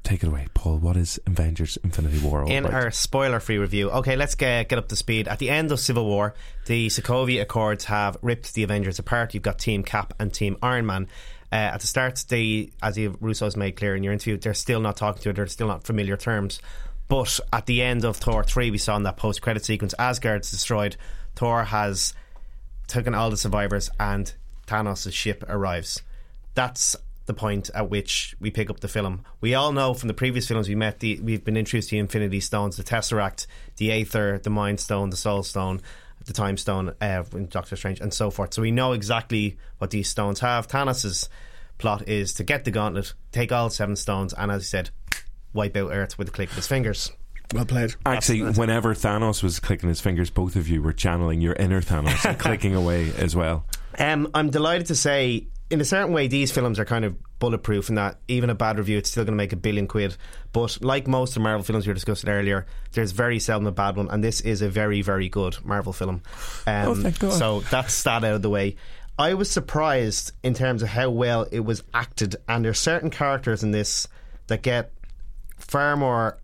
take it away, Paul. What is Avengers: Infinity War oh all in about? our spoiler-free review. Okay, let's get, get up to speed. At the end of Civil War, the Sokovia Accords have ripped the Avengers apart. You've got Team Cap and Team Iron Man. Uh, at the start, they, as you, Russo's made clear in your interview, they're still not talking to each other. They're still not familiar terms. But at the end of Thor three, we saw in that post-credit sequence, Asgard's destroyed. Thor has taken all the survivors, and Thanos' ship arrives. That's the point at which we pick up the film. We all know from the previous films we met, the, we've been introduced to the Infinity Stones, the Tesseract, the Aether, the Mind Stone, the Soul Stone, the Time Stone, uh, in Doctor Strange, and so forth. So we know exactly what these stones have. Thanos' plot is to get the gauntlet, take all seven stones, and as he said, wipe out Earth with a click of his fingers. Well played. Actually, whenever Thanos was clicking his fingers, both of you were channeling your inner Thanos and clicking away as well. Um, I'm delighted to say, in a certain way, these films are kind of bulletproof in that even a bad review, it's still going to make a billion quid. But like most of the Marvel films we were discussing earlier, there's very seldom a bad one, and this is a very, very good Marvel film. Um, Oh, thank God. So that's that out of the way. I was surprised in terms of how well it was acted, and there's certain characters in this that get far more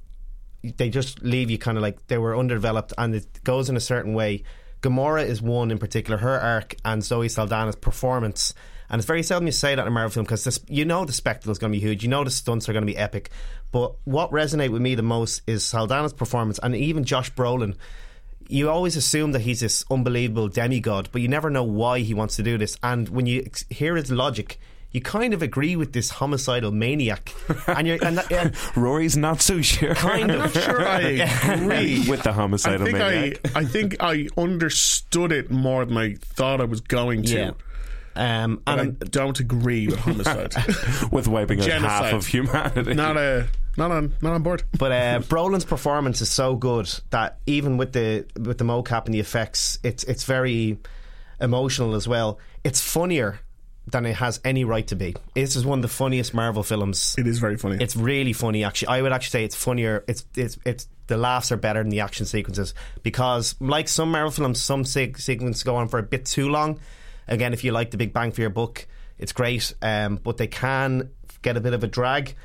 they just leave you kind of like they were underdeveloped and it goes in a certain way. Gamora is one in particular, her arc and Zoe Saldana's performance. And it's very seldom you say that in a Marvel film because you know the spectacle is going to be huge, you know the stunts are going to be epic. But what resonated with me the most is Saldana's performance and even Josh Brolin. You always assume that he's this unbelievable demigod, but you never know why he wants to do this. And when you ex- hear his logic, you kind of agree with this homicidal maniac. And you're and that, and Rory's not so sure. kind of Sure, I agree. with the I homicidal think I, maniac. I think I understood it more than I thought I was going to. Yeah. Um, But I and don't agree with homicide. with wiping out half Genocide. of humanity. not a not on not on board. but uh, Brolin's performance is so good that even with the with the mocap and the effects, it's it's very emotional as well. It's funnier than it has any right to be. This is one of the funniest Marvel films. It is very funny. It's really funny, actually. I would actually say it's funnier. It's it's it's the laughs are better than the action sequences because, like some Marvel films, some se- sequences go on for a bit too long. Again, if you like the Big Bang for your book, it's great, um, but they can get a bit of a drag,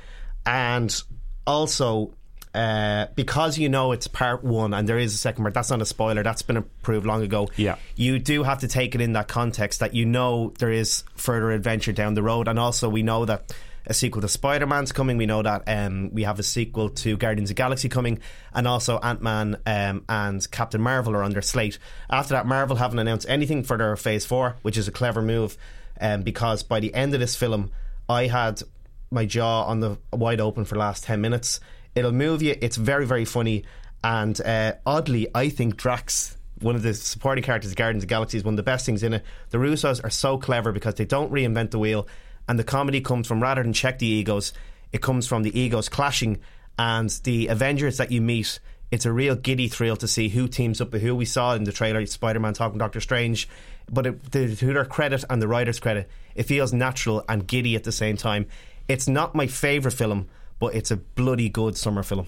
and also uh, because you know it's part one and there is a second part. That's not a spoiler. That's been approved long ago. Yeah. you do have to take it in that context that you know there is further adventure down the road, and also we know that a sequel to Spider Man's coming. We know that um, we have a sequel to Guardians of the Galaxy coming, and also Ant Man um, and Captain Marvel are on their slate. After that, Marvel haven't announced anything for their Phase Four, which is a clever move, um, because by the end of this film, I had my jaw on the wide open for the last ten minutes. It'll move you. It's very very funny, and uh, oddly, I think Drax one of the supporting characters of Guardians of the Galaxy is one of the best things in it. The Russos are so clever because they don't reinvent the wheel, and the comedy comes from rather than check the egos, it comes from the egos clashing and the Avengers that you meet. It's a real giddy thrill to see who teams up with who. We saw in the trailer Spider Man talking to Doctor Strange, but it, to to their credit and the writer's credit, it feels natural and giddy at the same time. It's not my favourite film, but it's a bloody good summer film.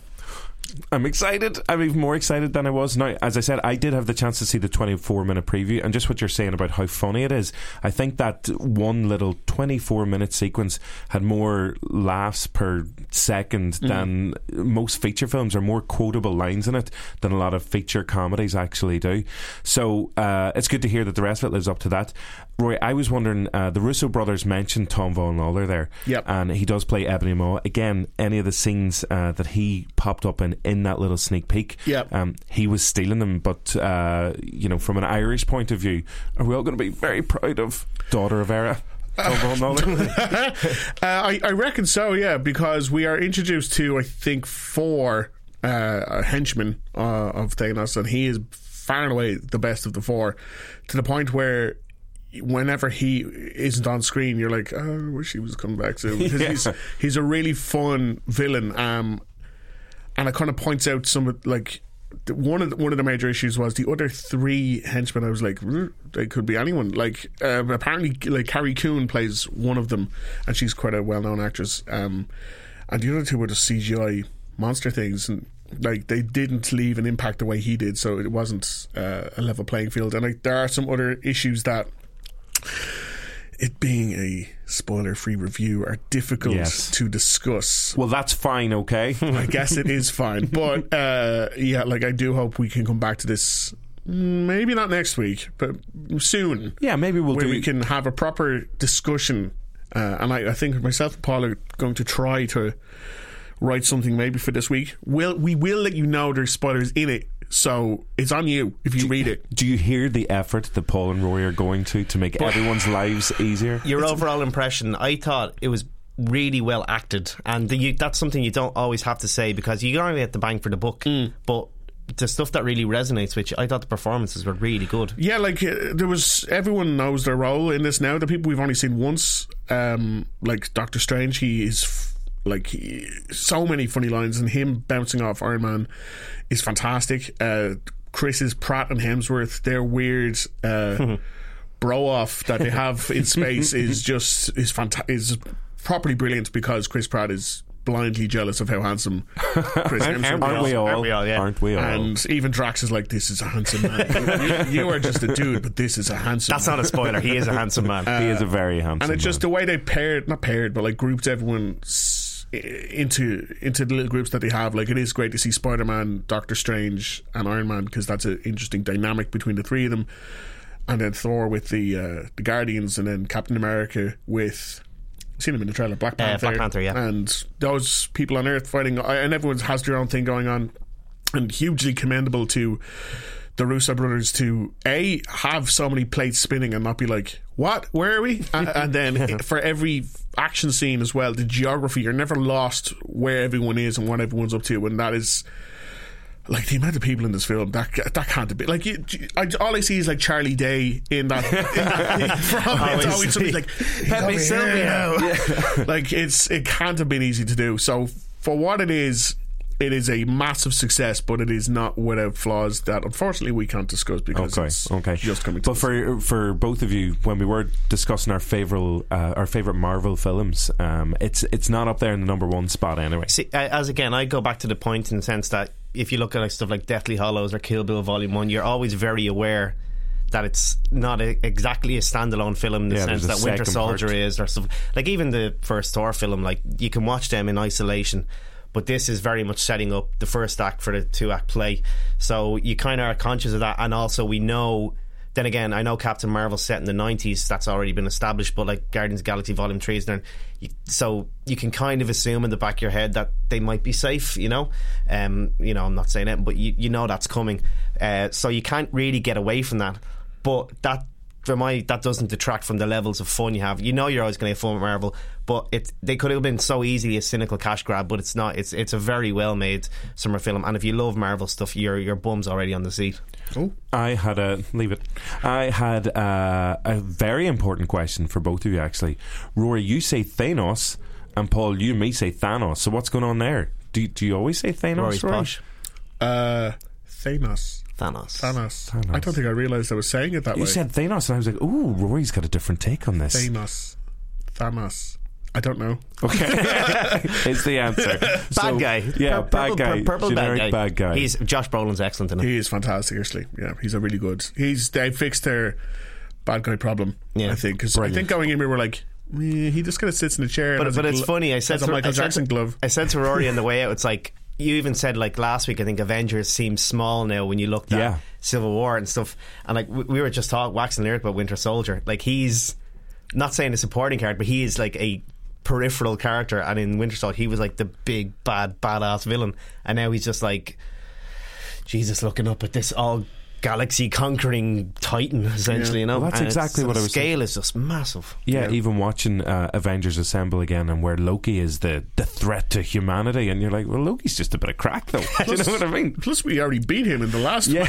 I'm excited. I'm even more excited than I was. Now, as I said, I did have the chance to see the 24 minute preview, and just what you're saying about how funny it is, I think that one little 24 minute sequence had more laughs per second Mhm. than most feature films, or more quotable lines in it than a lot of feature comedies actually do. So uh, it's good to hear that the rest of it lives up to that. Roy, I was wondering, uh, the Russo brothers mentioned Tom Von Lawler there, Uh, Yep. and he does play Ebony Maw. Again, any of the scenes uh, that he popped up in in that little sneak peek, Yep. um, he was stealing them. But uh, you know, from an Irish point of view, are we all going to be very proud of daughter of Era? Tom Von Lawler. uh, I, I reckon so, yeah, because we are introduced to, I think, four uh, henchmen uh, of Thanos, and he is far and away the best of the four, to the point where whenever he isn't on screen, you're like, oh, I wish he was coming back soon. 'Cause Yeah. he's, he's a really fun villain. Um, and it kind of points out some of like th- one of the, one of the major issues was the other three henchmen. I was like, "Mm, they could be anyone. Like um, apparently, like Carrie Coon plays one of them, and she's quite a well known actress. Um, and the other two were just CGI monster things, and like they didn't leave an impact the way he did, so it wasn't uh, a level playing field. And like there are some other issues that. It being a spoiler-free review are difficult Yes. to discuss. Well, that's fine. Okay, I guess it is fine. But uh, yeah, like I do hope we can come back to this. Maybe not next week, but soon. Yeah, maybe we'll where do- we can have a proper discussion. Uh, and I, I think myself and Paul are going to try to write something maybe for this week. We'll, we will let you know there's spoilers in it, so it's on you if you read it. Do you hear the effort that Paul and Roy are going to to make everyone's lives easier? Your overall impression, I thought it was really well acted, and the, you, that's something you don't always have to say because you only get the bang for the buck. But the stuff that really resonates with you, I thought the performances were really good. Yeah, like uh, there was everyone knows their role in this now. The people we've only seen once, um, like Doctor Strange, he is f- like he- so many funny lines, and him bouncing off Iron Man is fantastic. Uh, Chris's Pratt and Hemsworth, their weird uh, bro off that they have in space is just is fanta- is properly brilliant because Chris Pratt is blindly jealous of how handsome Chris Aren't- Hemsworth aren't we is. all? Aren't we all, yeah. Aren't we all? And even Drax is like, "This is a handsome man. you, you are just a dude, but this is a handsome." That's not a spoiler. He is a handsome man. he is a very handsome. and it's man. just the way they paired, not paired, but like grouped everyone s- i- into into the little groups that they have. Like it is great to see Spider Man, Doctor Strange, and Iron Man because that's an interesting dynamic between the three of them. And then Thor with the uh, the Guardians, and then Captain America with. Seen him in the trailer, Black Uh, Panther. Black Panther, yeah. And those people on Earth fighting, uh, and everyone has their own thing going on, and hugely commendable to the Russo brothers to a have so many plates spinning and not be like, "What? Where are we?" and, and then it- for every action scene as well, the geography you're never lost where everyone is and what everyone's up to, and that is. Like the amount of people in this film, that that can't be like. You, I, all I see is like Charlie Day in that. In that from it's Always always somebody like "He's Pepe over here Sylvia." now." like it's it can't have been easy to do. So for what it is, it is a massive success, but it is not without flaws that unfortunately we can't discuss because Okay, it's okay. just coming. But for for both of you, when we were discussing our favorite uh, our favorite Marvel films, um, it's it's not up there in the number one spot anyway. See, I- as again, I go back to the point in the sense that if you look at like stuff like Deathly Hollows or Kill Bill Volume One, you're always very aware that it's not a, exactly a standalone film in the Yeah, sense there's that a Winter second Soldier part. is or stuff. Like even the first Thor film, like you can watch them in isolation, But this is very much setting up the first act for the two act play. So you kind of are conscious of that. And also, we know. Then again, I know Captain Marvel set in the '90s. That's already been established. But like Guardians of the Galaxy Volume Three is there, you, so you can kind of assume in the back of your head that they might be safe. You know, um, you know, I'm not saying it, but you, you know that's coming. Uh, so you can't really get away from that. But that for my that doesn't detract from the levels of fun you have. You know you're always going to have fun with Marvel, but it they could have been so easily a cynical cash grab, but it's not. It's it's a very well made summer film, and if you love Marvel stuff, your your bum's already on the seat. I had a leave it. I had a, a very important question for both of you. Actually, Rory, you say Thanos, and Paul, you and me say Thanos. So what's going on there? Do do you always say Thanos? Rory's Rory? posh. Uh, Thanos. Thanos. Thanos. Thanos. I don't think I realized I was saying it that You way. said Thanos, and I was like, "Ooh, Rory's got a different take on this." Thanos. Thanos. I don't know. Okay, it's the answer. Bad guy. Yeah, Pur- bad purple- guy. pur- purple bad generic guy. bad guy. He's Josh Brolin's excellent in it. He is fantastic, actually. Yeah, he's a really good. He's they fixed their bad guy problem. Yeah. I think because I think going in we were like, "Eh, he just kind of sits in a chair. and But, has but a it's glo- funny. I said has a to Michael I said Jackson to- glove. I said to Rory on the way out, it's like you even said like last week. I think Avengers seems small now when you looked at Yeah. Civil War and stuff. And like we, we were just talking waxing lyric about Winter Soldier. Like he's not saying a supporting character, but he is like a peripheral character. And in Winter Soldier, he was like the big bad badass villain, and now he's just like Jesus looking up at this all. Galaxy conquering Titan, Yeah. essentially, you know. Well, that's And it's- exactly what I was The scale is just massive. Yeah, even watching uh, Avengers Assemble again, and where Loki is the, the threat to humanity, and you're like, well, Loki's just a bit of crack, though. Do you know what I mean? Plus, we already beat him in the last. Yeah,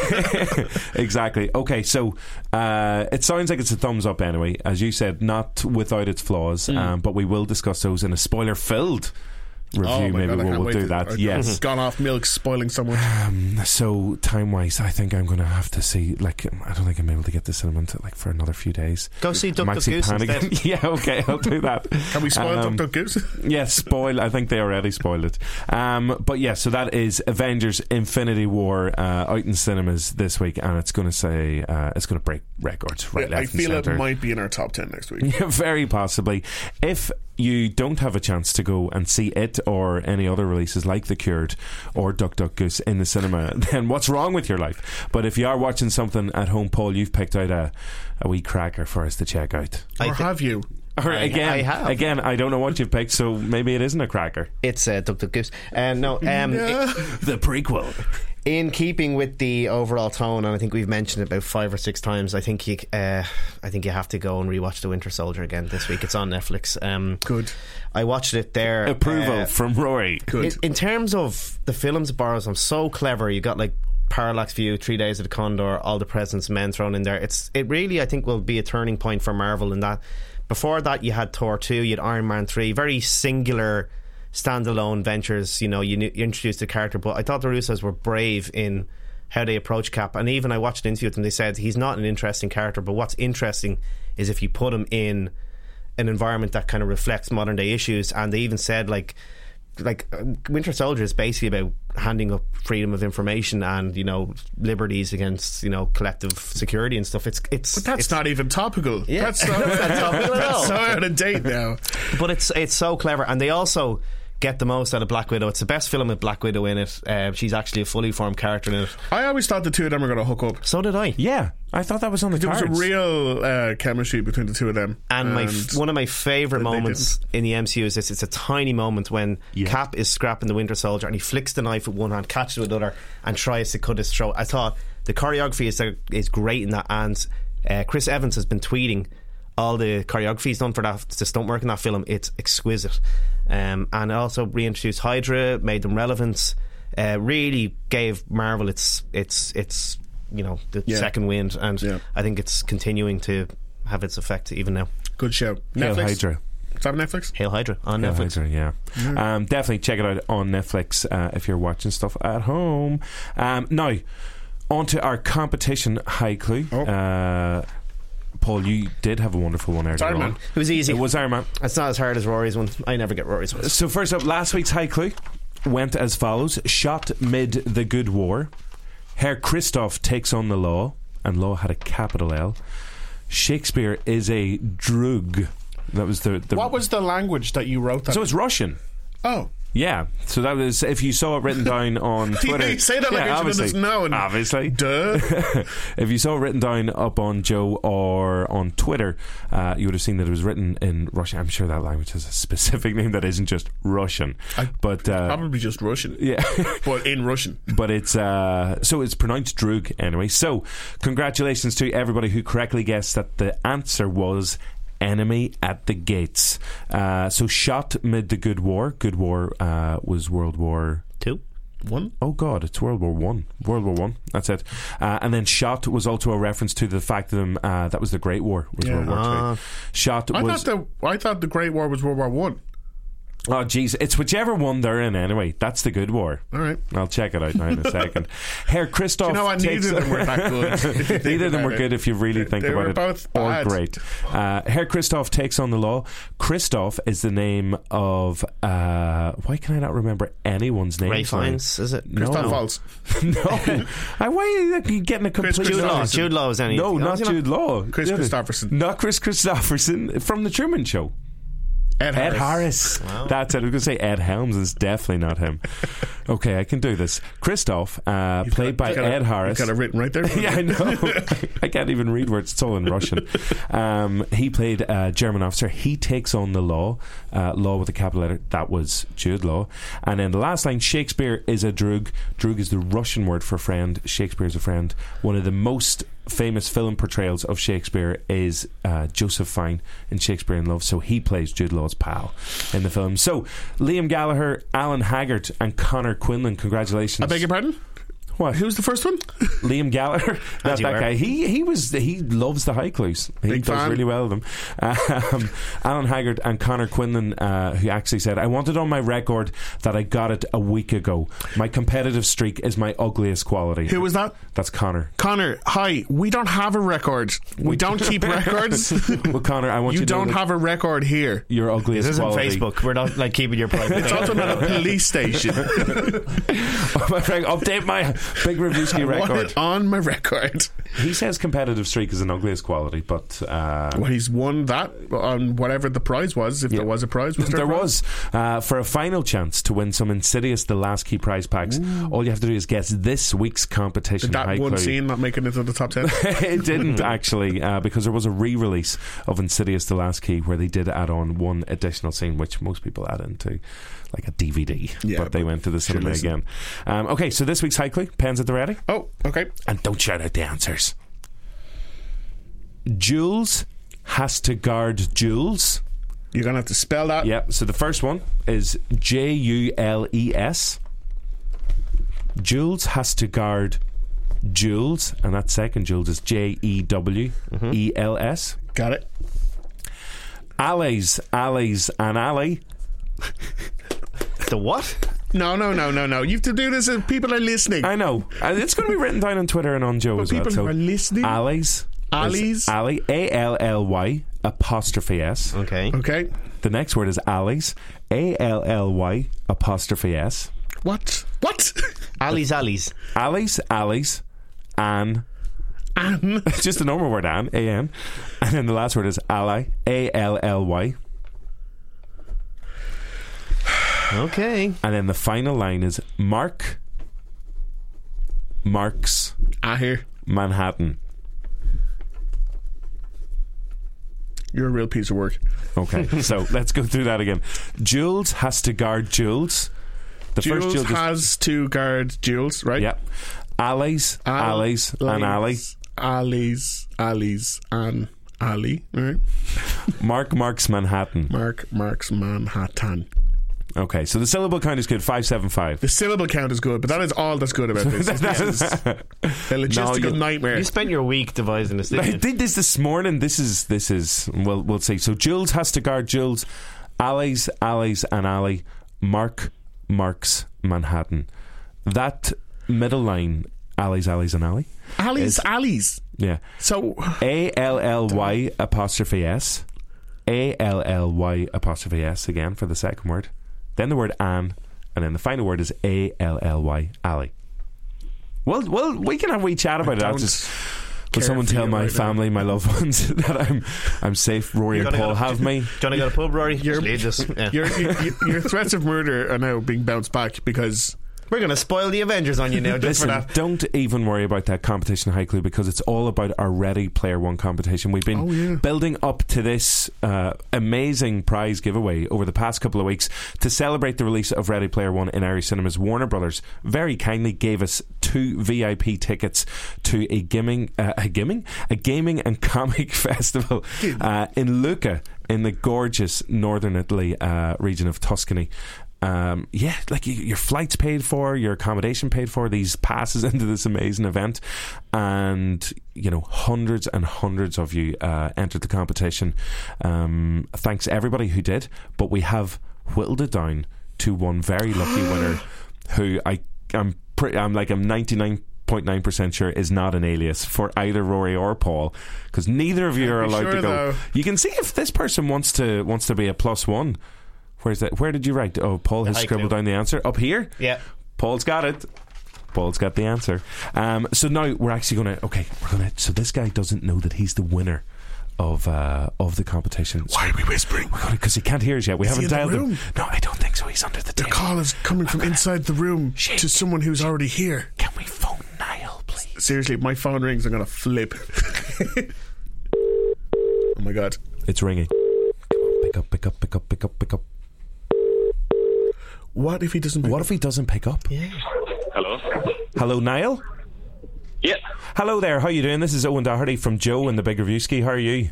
exactly. Okay, so uh, it sounds like it's a thumbs up anyway. As you said, not without its flaws, Hmm. um, but we will discuss those in a spoiler filled review. Oh Maybe my God, I we'll, can't we'll wait do to- that. I've yes. gone off milk, spoiling someone. So time wise, I think I'm going to have to see. Like, um, I don't think I'm able to get this in until like for another few days. Go see Duck I'm Duck actually Goose panicking. instead. yeah, okay, I'll do that. Can we spoil Um, Duck Duck Goose? yeah, spoil. I think they already spoiled it. Um, but yeah, so that is Avengers: Infinity War uh, out in cinemas this week, and it's going to say uh, it's going to break records right Yeah, I left feel and it center. might be in our top ten next week. Yeah, very possibly. If you don't have a chance to go and see it or any other releases like The Cured or Duck Duck Goose in the cinema, then what's wrong with your life? But if you are watching something at home, Paul, you've picked out a, a wee cracker for us to check out. I or thi- have you? Or I- again, I have. again, I don't know what you picked, so maybe it isn't a cracker. It's uh, Duck Duck Goose. Um, no, um, The prequel. in keeping with the overall tone, and I think we've mentioned it about five or six times. I think you, uh, I think you have to go and rewatch The Winter Soldier again this week. It's on Netflix. Um, Good. I watched it there. Approval uh, from Rory. Good. in, in terms of the films it borrows, I'm so clever. You got like Parallax View, Three Days of the Condor, All the President's Men thrown in there. It's it really I think will be a turning point for Marvel in that. Before that, you had Thor two, you had Iron Man three, very singular standalone ventures. You know, you, knew, you introduced the character, but I thought the Russos were brave in how they approach Cap. And even I watched an interview with them. They said he's not an interesting character, but what's interesting is if you put him in an environment that kind of reflects modern day issues. And they even said like like uh, Winter Soldier is basically about handing up freedom of information and you know liberties against you know collective security and stuff. It's it's But that's it's, not even topical. Yeah. That's not, That's not topical at all. That's so out of date now. but it's it's so clever, and they also. Get the most out of Black Widow. It's the best film with Black Widow in it. Uh, she's actually a fully formed character in it. I always thought the two of them were going to hook up. So did I. Yeah, I thought that was on the There was cards. a real uh, chemistry between the two of them. And my f- one of my favorite But they moments in the MCU is this. It's a tiny moment when Cap is scrapping the Winter Soldier and he flicks the knife with one hand, catches it with the other, and tries to cut his throat. I thought the choreography is is great in that. And uh, Chris Evans has been tweeting all the choreography he's done for that the stunt work in that film. It's exquisite. Um, and it also reintroduced Hydra, made them relevant. Uh, really gave Marvel its its its you know the Yeah. second wind, and Yeah. I think it's continuing to have its effect even now. good show. Hail Netflix. Hydra. Is that on Netflix? Hail Hydra on Hail Netflix. Hydra, yeah. Um, definitely check it out on Netflix uh, if you're watching stuff at home. Um, now, on to our competition haiku. Oh. Uh, Paul, you did have a wonderful one earlier Iron Man. on. It was easy. It was Iron Man. It's not as hard as Rory's one. I never get Rory's one. So first up, last week's haiku went as follows: Shot mid the good war, Herr Christoph takes on the law, and law had a capital L. Shakespeare is a drug. That was the, the What was the language that you wrote that? so it's Russian. oh, Yeah, so that was if you saw it written down on Twitter. You say that yeah, like I should have obviously. just known. Obviously, duh. if you saw it written down up on Joe or on Twitter, uh, you would have seen that it was written in Russian. I'm sure that language has a specific name that isn't just Russian, but uh, Probably just Russian. Yeah. but in Russian. but it's uh, so it's pronounced Drug anyway. So congratulations to everybody who correctly guessed that the answer was enemy at the gates. Uh, so shot mid the Good War. Good War uh, was World War Two. One? Oh God! It's World War One. World War One. That's it. Uh, and then shot was also a reference to the fact that um, uh, that was the Great War. Was Yeah. World War Two? Ah. Shot I was. thought the I thought the Great War was World War One. Oh, jeez. It's whichever one they're in, anyway. That's the good war. All right. I'll check it out now in a second. Herr Christoph. Do you know what? Oh, takes- Neither of them were that good, if you think Neither of them about were it. good if you really think They about were it. both or bad. great. Uh, Herr Christoph takes on the law. Christoph is the name of. Uh, why can I not remember anyone's name? Ray Fiennes, is it? No. Christoph Waltz. no. I, why are you getting a complete. Jude Law. Jude Law is any. No, Oh, not you know- Jude Law. Chris The other- Christopherson. Not Chris Christopherson from The Truman Show. Ed Harris. Ed Harris. That's it. I was going to say Ed Helms is definitely not him. okay, I can do this. Christoph, uh, played by You got it- Ed Harris. You got it written right there. yeah, I know. I can't even read words. It's all in Russian. Um, he played a German officer. He takes on the law, uh, law with a capital letter. That was Jude Law. And then the last line Shakespeare is a drug. Drug is the Russian word for friend. Shakespeare is a friend. One of the most famous film portrayals of Shakespeare is uh, Joseph Fine in Shakespeare in Love. So he plays Jude Law's pal in the film. So Liam Gallagher, Alan Haggart, and Connor Quinlan, congratulations. I beg your pardon? What? Who's the first one? Liam Gallagher, that, you that were. guy. He he was he loves the Hyclus. He Big does fan. really well with them. Um, Alan Haggard and Connor Quinlan, uh, who actually said, "I wanted on my record that I got it a week ago. My competitive streak is my ugliest quality." Who was that? That's Connor. Connor, hi. We don't have a record. We don't keep records. well, Connor, I want you, You to know don't that have a record here. your This ugliest isn't quality. Facebook. We're not like keeping your private. It's also not a police station. Oh, My friend, Update my big review ski I want record. it on my record. He says competitive streak is an ugliest quality, but uh, Well, he's won that on whatever the prize was, if there was a prize. Was there, There a prize? was uh, for a final chance to win some insidious the last key prize packs. All you have to do is guess this week's competition. Did that high one clue. scene not making it to the top ten? it didn't actually uh, because there was a re-release of Insidious: The Last Key where they did add on one additional scene, which most people add into like a DVD. Yeah, but they went to the cinema listen. again. Um, okay, so this week's high clue pens at the ready, oh, okay. and don't shout out the answers. Jules has to guard Jules. You're gonna have to spell that. Yeah, so the first one is J U L E S. Jules has to guard Jules, and that second Jules is J E W E L S. Got it. Alleys, alleys, and alley. The what? No, no, no, no, no. You have to do this. If people are listening. I know. And it's going to be written down on Twitter and on Joe as well. people so who are listening- Alleys. is Alleys? Alley. A L L Y apostrophe S. Okay. okay. The next word is alleys. A L L Y apostrophe S. What? What? Ali's Ali's. Alleys, alleys, and Anne. It's just a normal word, Anne. A N. And then the last word is ally. A L L Y. Okay. And then the final line is Mark. Marks. I hear Manhattan. you're a real piece of work. Okay, so let's go through that again. Jules has to guard Jules. The Jules first Jules. is, has to guard Jules, right? yep. Alleys, Al- alleys, and alley. Lies, Alleys, alleys, and alley. All right. Mark marks Manhattan. Mark, Mark's Manhattan. Okay, so the syllable count is good. Five seven five. The syllable count is good, but that is all that's good about this. this is the you- logistical nightmare. You spent your week devising this I thing. did this this morning. This is this is well we'll see. So Jules has to guard Jules, Alleys, Alleys, and Alley. Mark marks Manhattan. That middle line, Alleys, Alleys, and Alley. alleys, alleys. Yeah, So A L L Y apostrophe S, A L L Y apostrophe S again for the second word. Then the word an, and then the final word is A L L Y Alley. Well, well, we can have a wee chat about it. I'll don't- just- Will someone tell my family, my loved ones, that I'm I'm safe? Rory You and gonna go Paul to- have me. Johnny got a pub, Rory. Just leave this. Yeah. Your, your, your threats of murder are now being bounced back because we're going to spoil the Avengers on you now just Listen, for that. don't even worry about that competition, Haiku, because it's all about our Ready Player One competition. We've been Oh, yeah. building up to this uh, amazing prize giveaway over the past couple of weeks to celebrate the release of Ready Player One in Irish cinemas. Warner Brothers very kindly gave us two VIP tickets to a gaming, uh, a gaming, a gaming and comic festival uh, in Lucca in the gorgeous northern Italy uh, region of Tuscany. Um, yeah, like y- your flights paid for, your accommodation paid for, these passes into this amazing event, and you know hundreds and hundreds of you uh, entered the competition. Um, thanks to everybody who did, but we have whittled it down to one very lucky winner, who I I'm pre- I'm like I'm ninety nine point nine percent sure is not an alias for either Rory or Paul because neither of you are be allowed to go. sure, though. You can see if this person wants to wants to be a plus one. Where's that? Where did you write? Oh, Paul has Haiku. scribbled down the answer up here. Yeah. Paul's got it. Paul's got the answer. Um, so now we're actually going to okay. We're going to. So this guy doesn't know that he's the winner of uh, of the competition. Why are we whispering? Because he can't hear us yet. We Is haven't he in the dialed him. room? No, I don't think so. He's under the the table. call is coming from inside the room to someone who's already here. Can we phone Niall, please? Seriously, if my phone rings, I'm gonna flip. oh my god. It's ringing. Pick up, pick up, pick up, pick up, pick up. What if he doesn't? What if he doesn't pick up? Hello. Hello, Niall. Yeah. Hello there. How you doing? This is Owen Doherty from Joe and the Big Review Ski. How are you?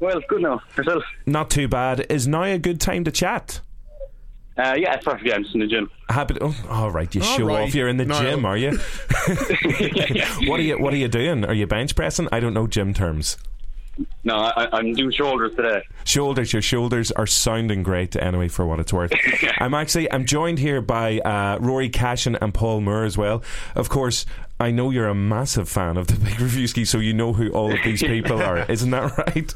Well, good now. Yourself? Not too bad. Is now a good time to chat? Uh, yeah, it's perfect. Yeah, I'm just in the gym. Happy. Oh, all right. You All show right, off. You're in the Niall. gym, are you? What are you What are you doing? Are you bench pressing? I don't know gym terms. No, I, I- I'm doing shoulders today. Shoulders. Your shoulders are sounding great anyway, for what it's worth. I'm actually I'm joined here by uh, Rory Cashin and Paul Moore as well. Of course, I know you're a massive fan of the Big Review Ski, so you know who all of these people are. Isn't that right?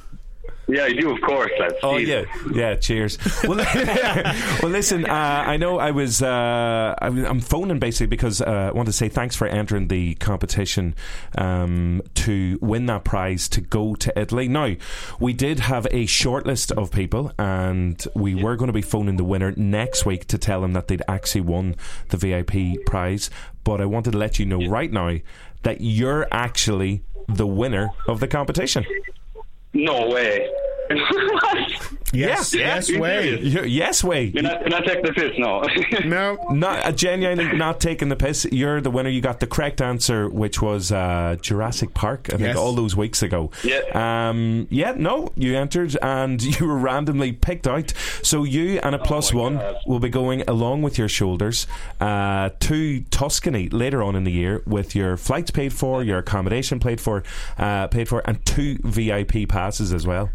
Yeah, you do, of course, lads. Oh yeah, yeah. Cheers. Well, well listen. Uh, I know I was. Uh, I was- I'm phoning basically because uh, I want to say thanks for entering the competition um, to win that prize to go to Italy. Now, we did have a short list of people, and we were going to be phoning the winner next week to tell them that they'd actually won the VIP prize. But I wanted to let you know right now that you're actually the winner of the competition. No way. Yes, Yeah. yes You're way. serious? You're- yes way. You're not, you're not taking the piss, no. no, not uh, genuinely not taking the piss. You're the winner. You got the correct answer, which was uh, Jurassic Park. I think Yes. all those weeks ago. Yeah. Um, yeah. No, you entered and you were randomly picked out. So you and a plus one will be going along with your shoulders uh, to Tuscany later on in the year with your flights paid for, your accommodation paid for, uh, paid for, and two VIP passes as well.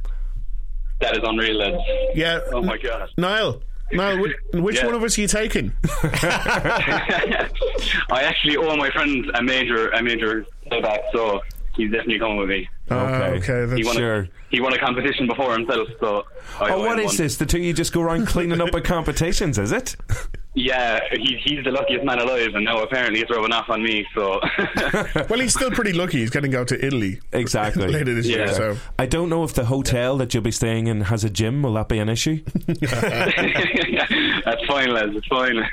that is unreal, lads. Yeah. Oh, my God. Niall, Niall, which, which Yeah. one of us are you taking? I actually owe my friend a major, a major payback, so he's definitely coming with me. Ah, okay, that's he won sure. A, he won a competition before himself, so. I oh, owe him what is one. this? The two of you just go around cleaning up at competitions, is it? Yeah, he, he's the luckiest man alive, and now apparently it's rubbing off on me. So well, he's still pretty lucky. He's going to go to Italy Exactly. later this year. Yeah. So I don't know if the hotel that you'll be staying in has a gym. Will that be an issue? that's fine, lads. It's fine.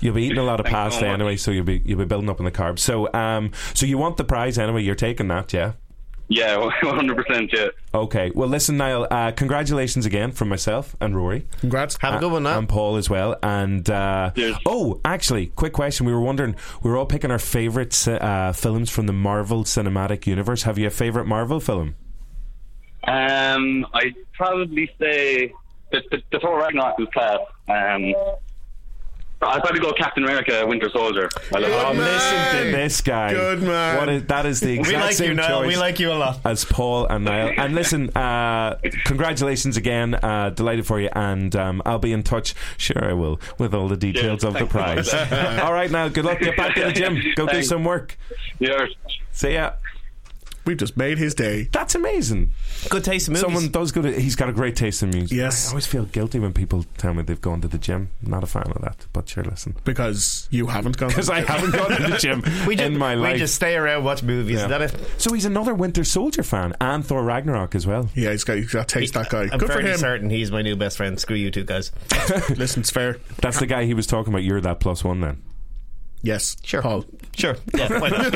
You'll be eating a lot of Thanks so pasta much. anyway, so you'll be you'll be building up on the carbs. So um, so you want the prize anyway? You're taking that, yeah. Yeah, one hundred percent. Yeah. Okay. Well, listen, Niall. Uh, congratulations again from myself and Rory. Congrats. Have a good one, now. And Paul as well. And uh, oh, actually, quick question. We were wondering. We were all picking our favorite uh, films from the Marvel Cinematic Universe. Have you a favorite Marvel film? Um, I'd probably say the the, the Thor Ragnarok was class. Um, I'd probably go Captain America: Winter Soldier. I love Oh, listen to this guy. Good man. What is, that is the We exact like you, same Niall. choice We like you a lot. As Paul and Niall. And listen, uh, congratulations again. Uh, delighted for you. And um, I'll be in touch. Sure, I will. With all the details of the prize. all right, now. Good luck. Get back to the gym. Go do Thanks. some work. Yours. See ya. We've just made his day. That's amazing. Good taste in movies. Someone does good. At, he's got a great taste in music. Yes. I always feel guilty when people tell me they've gone to the gym. Not a fan of that, but sure, listen. Because you haven't gone. Because I haven't gone to the gym we just, in my life. We just stay around, watch movies. Yeah. Is that it? So he's another Winter Soldier fan and Thor Ragnarok as well. Yeah, he's got, he's got taste, that guy. I'm Good for fairly him. certain he's my new best friend. Screw you two guys. Listen, it's fair. That's the guy he was talking about. You're that plus one then. Yes. Sure. Paul. Sure. Yeah, why not?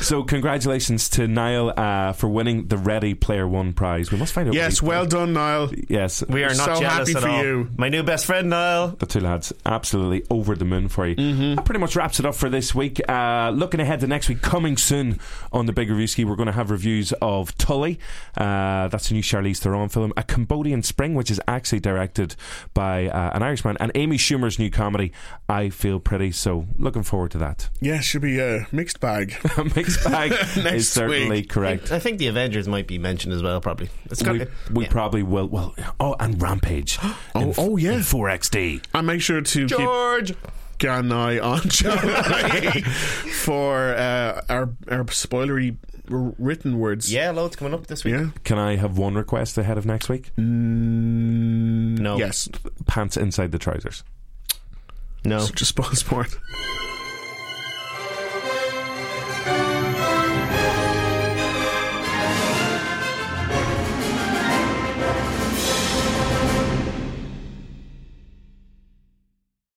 So congratulations to Niall uh, for winning the Ready Player One prize. We must find out. what Yes, he- well done, Niall. yes, We are not So jealous happy at for all. you. My new best friend, Niall. The two lads, absolutely over the moon for you. Mm-hmm. That pretty much wraps it up for this week. Uh, looking ahead to next week, coming soon on the Big Review Ski, we're going to have reviews of Tully. Uh, that's a new Charlize Theron film, A Cambodian Spring, which is actually directed by uh, an Irishman, and Amy Schumer's new comedy, I Feel Pretty. So looking forward to that. Yeah, should be a mixed bag. Mixed bag Next is certainly week. correct. I think the Avengers might be mentioned as well, probably. It's got we, we probably will. Well, oh, and Rampage. Oh, in, oh yeah. four XD. And make sure to keep George. an eye on July for uh, our our spoilery r- written words. Yeah, loads coming up this week. Yeah. Can I have one request ahead of next week? No. Yes. Oh. Pants inside the trousers. No. Oh. Just spoil sport.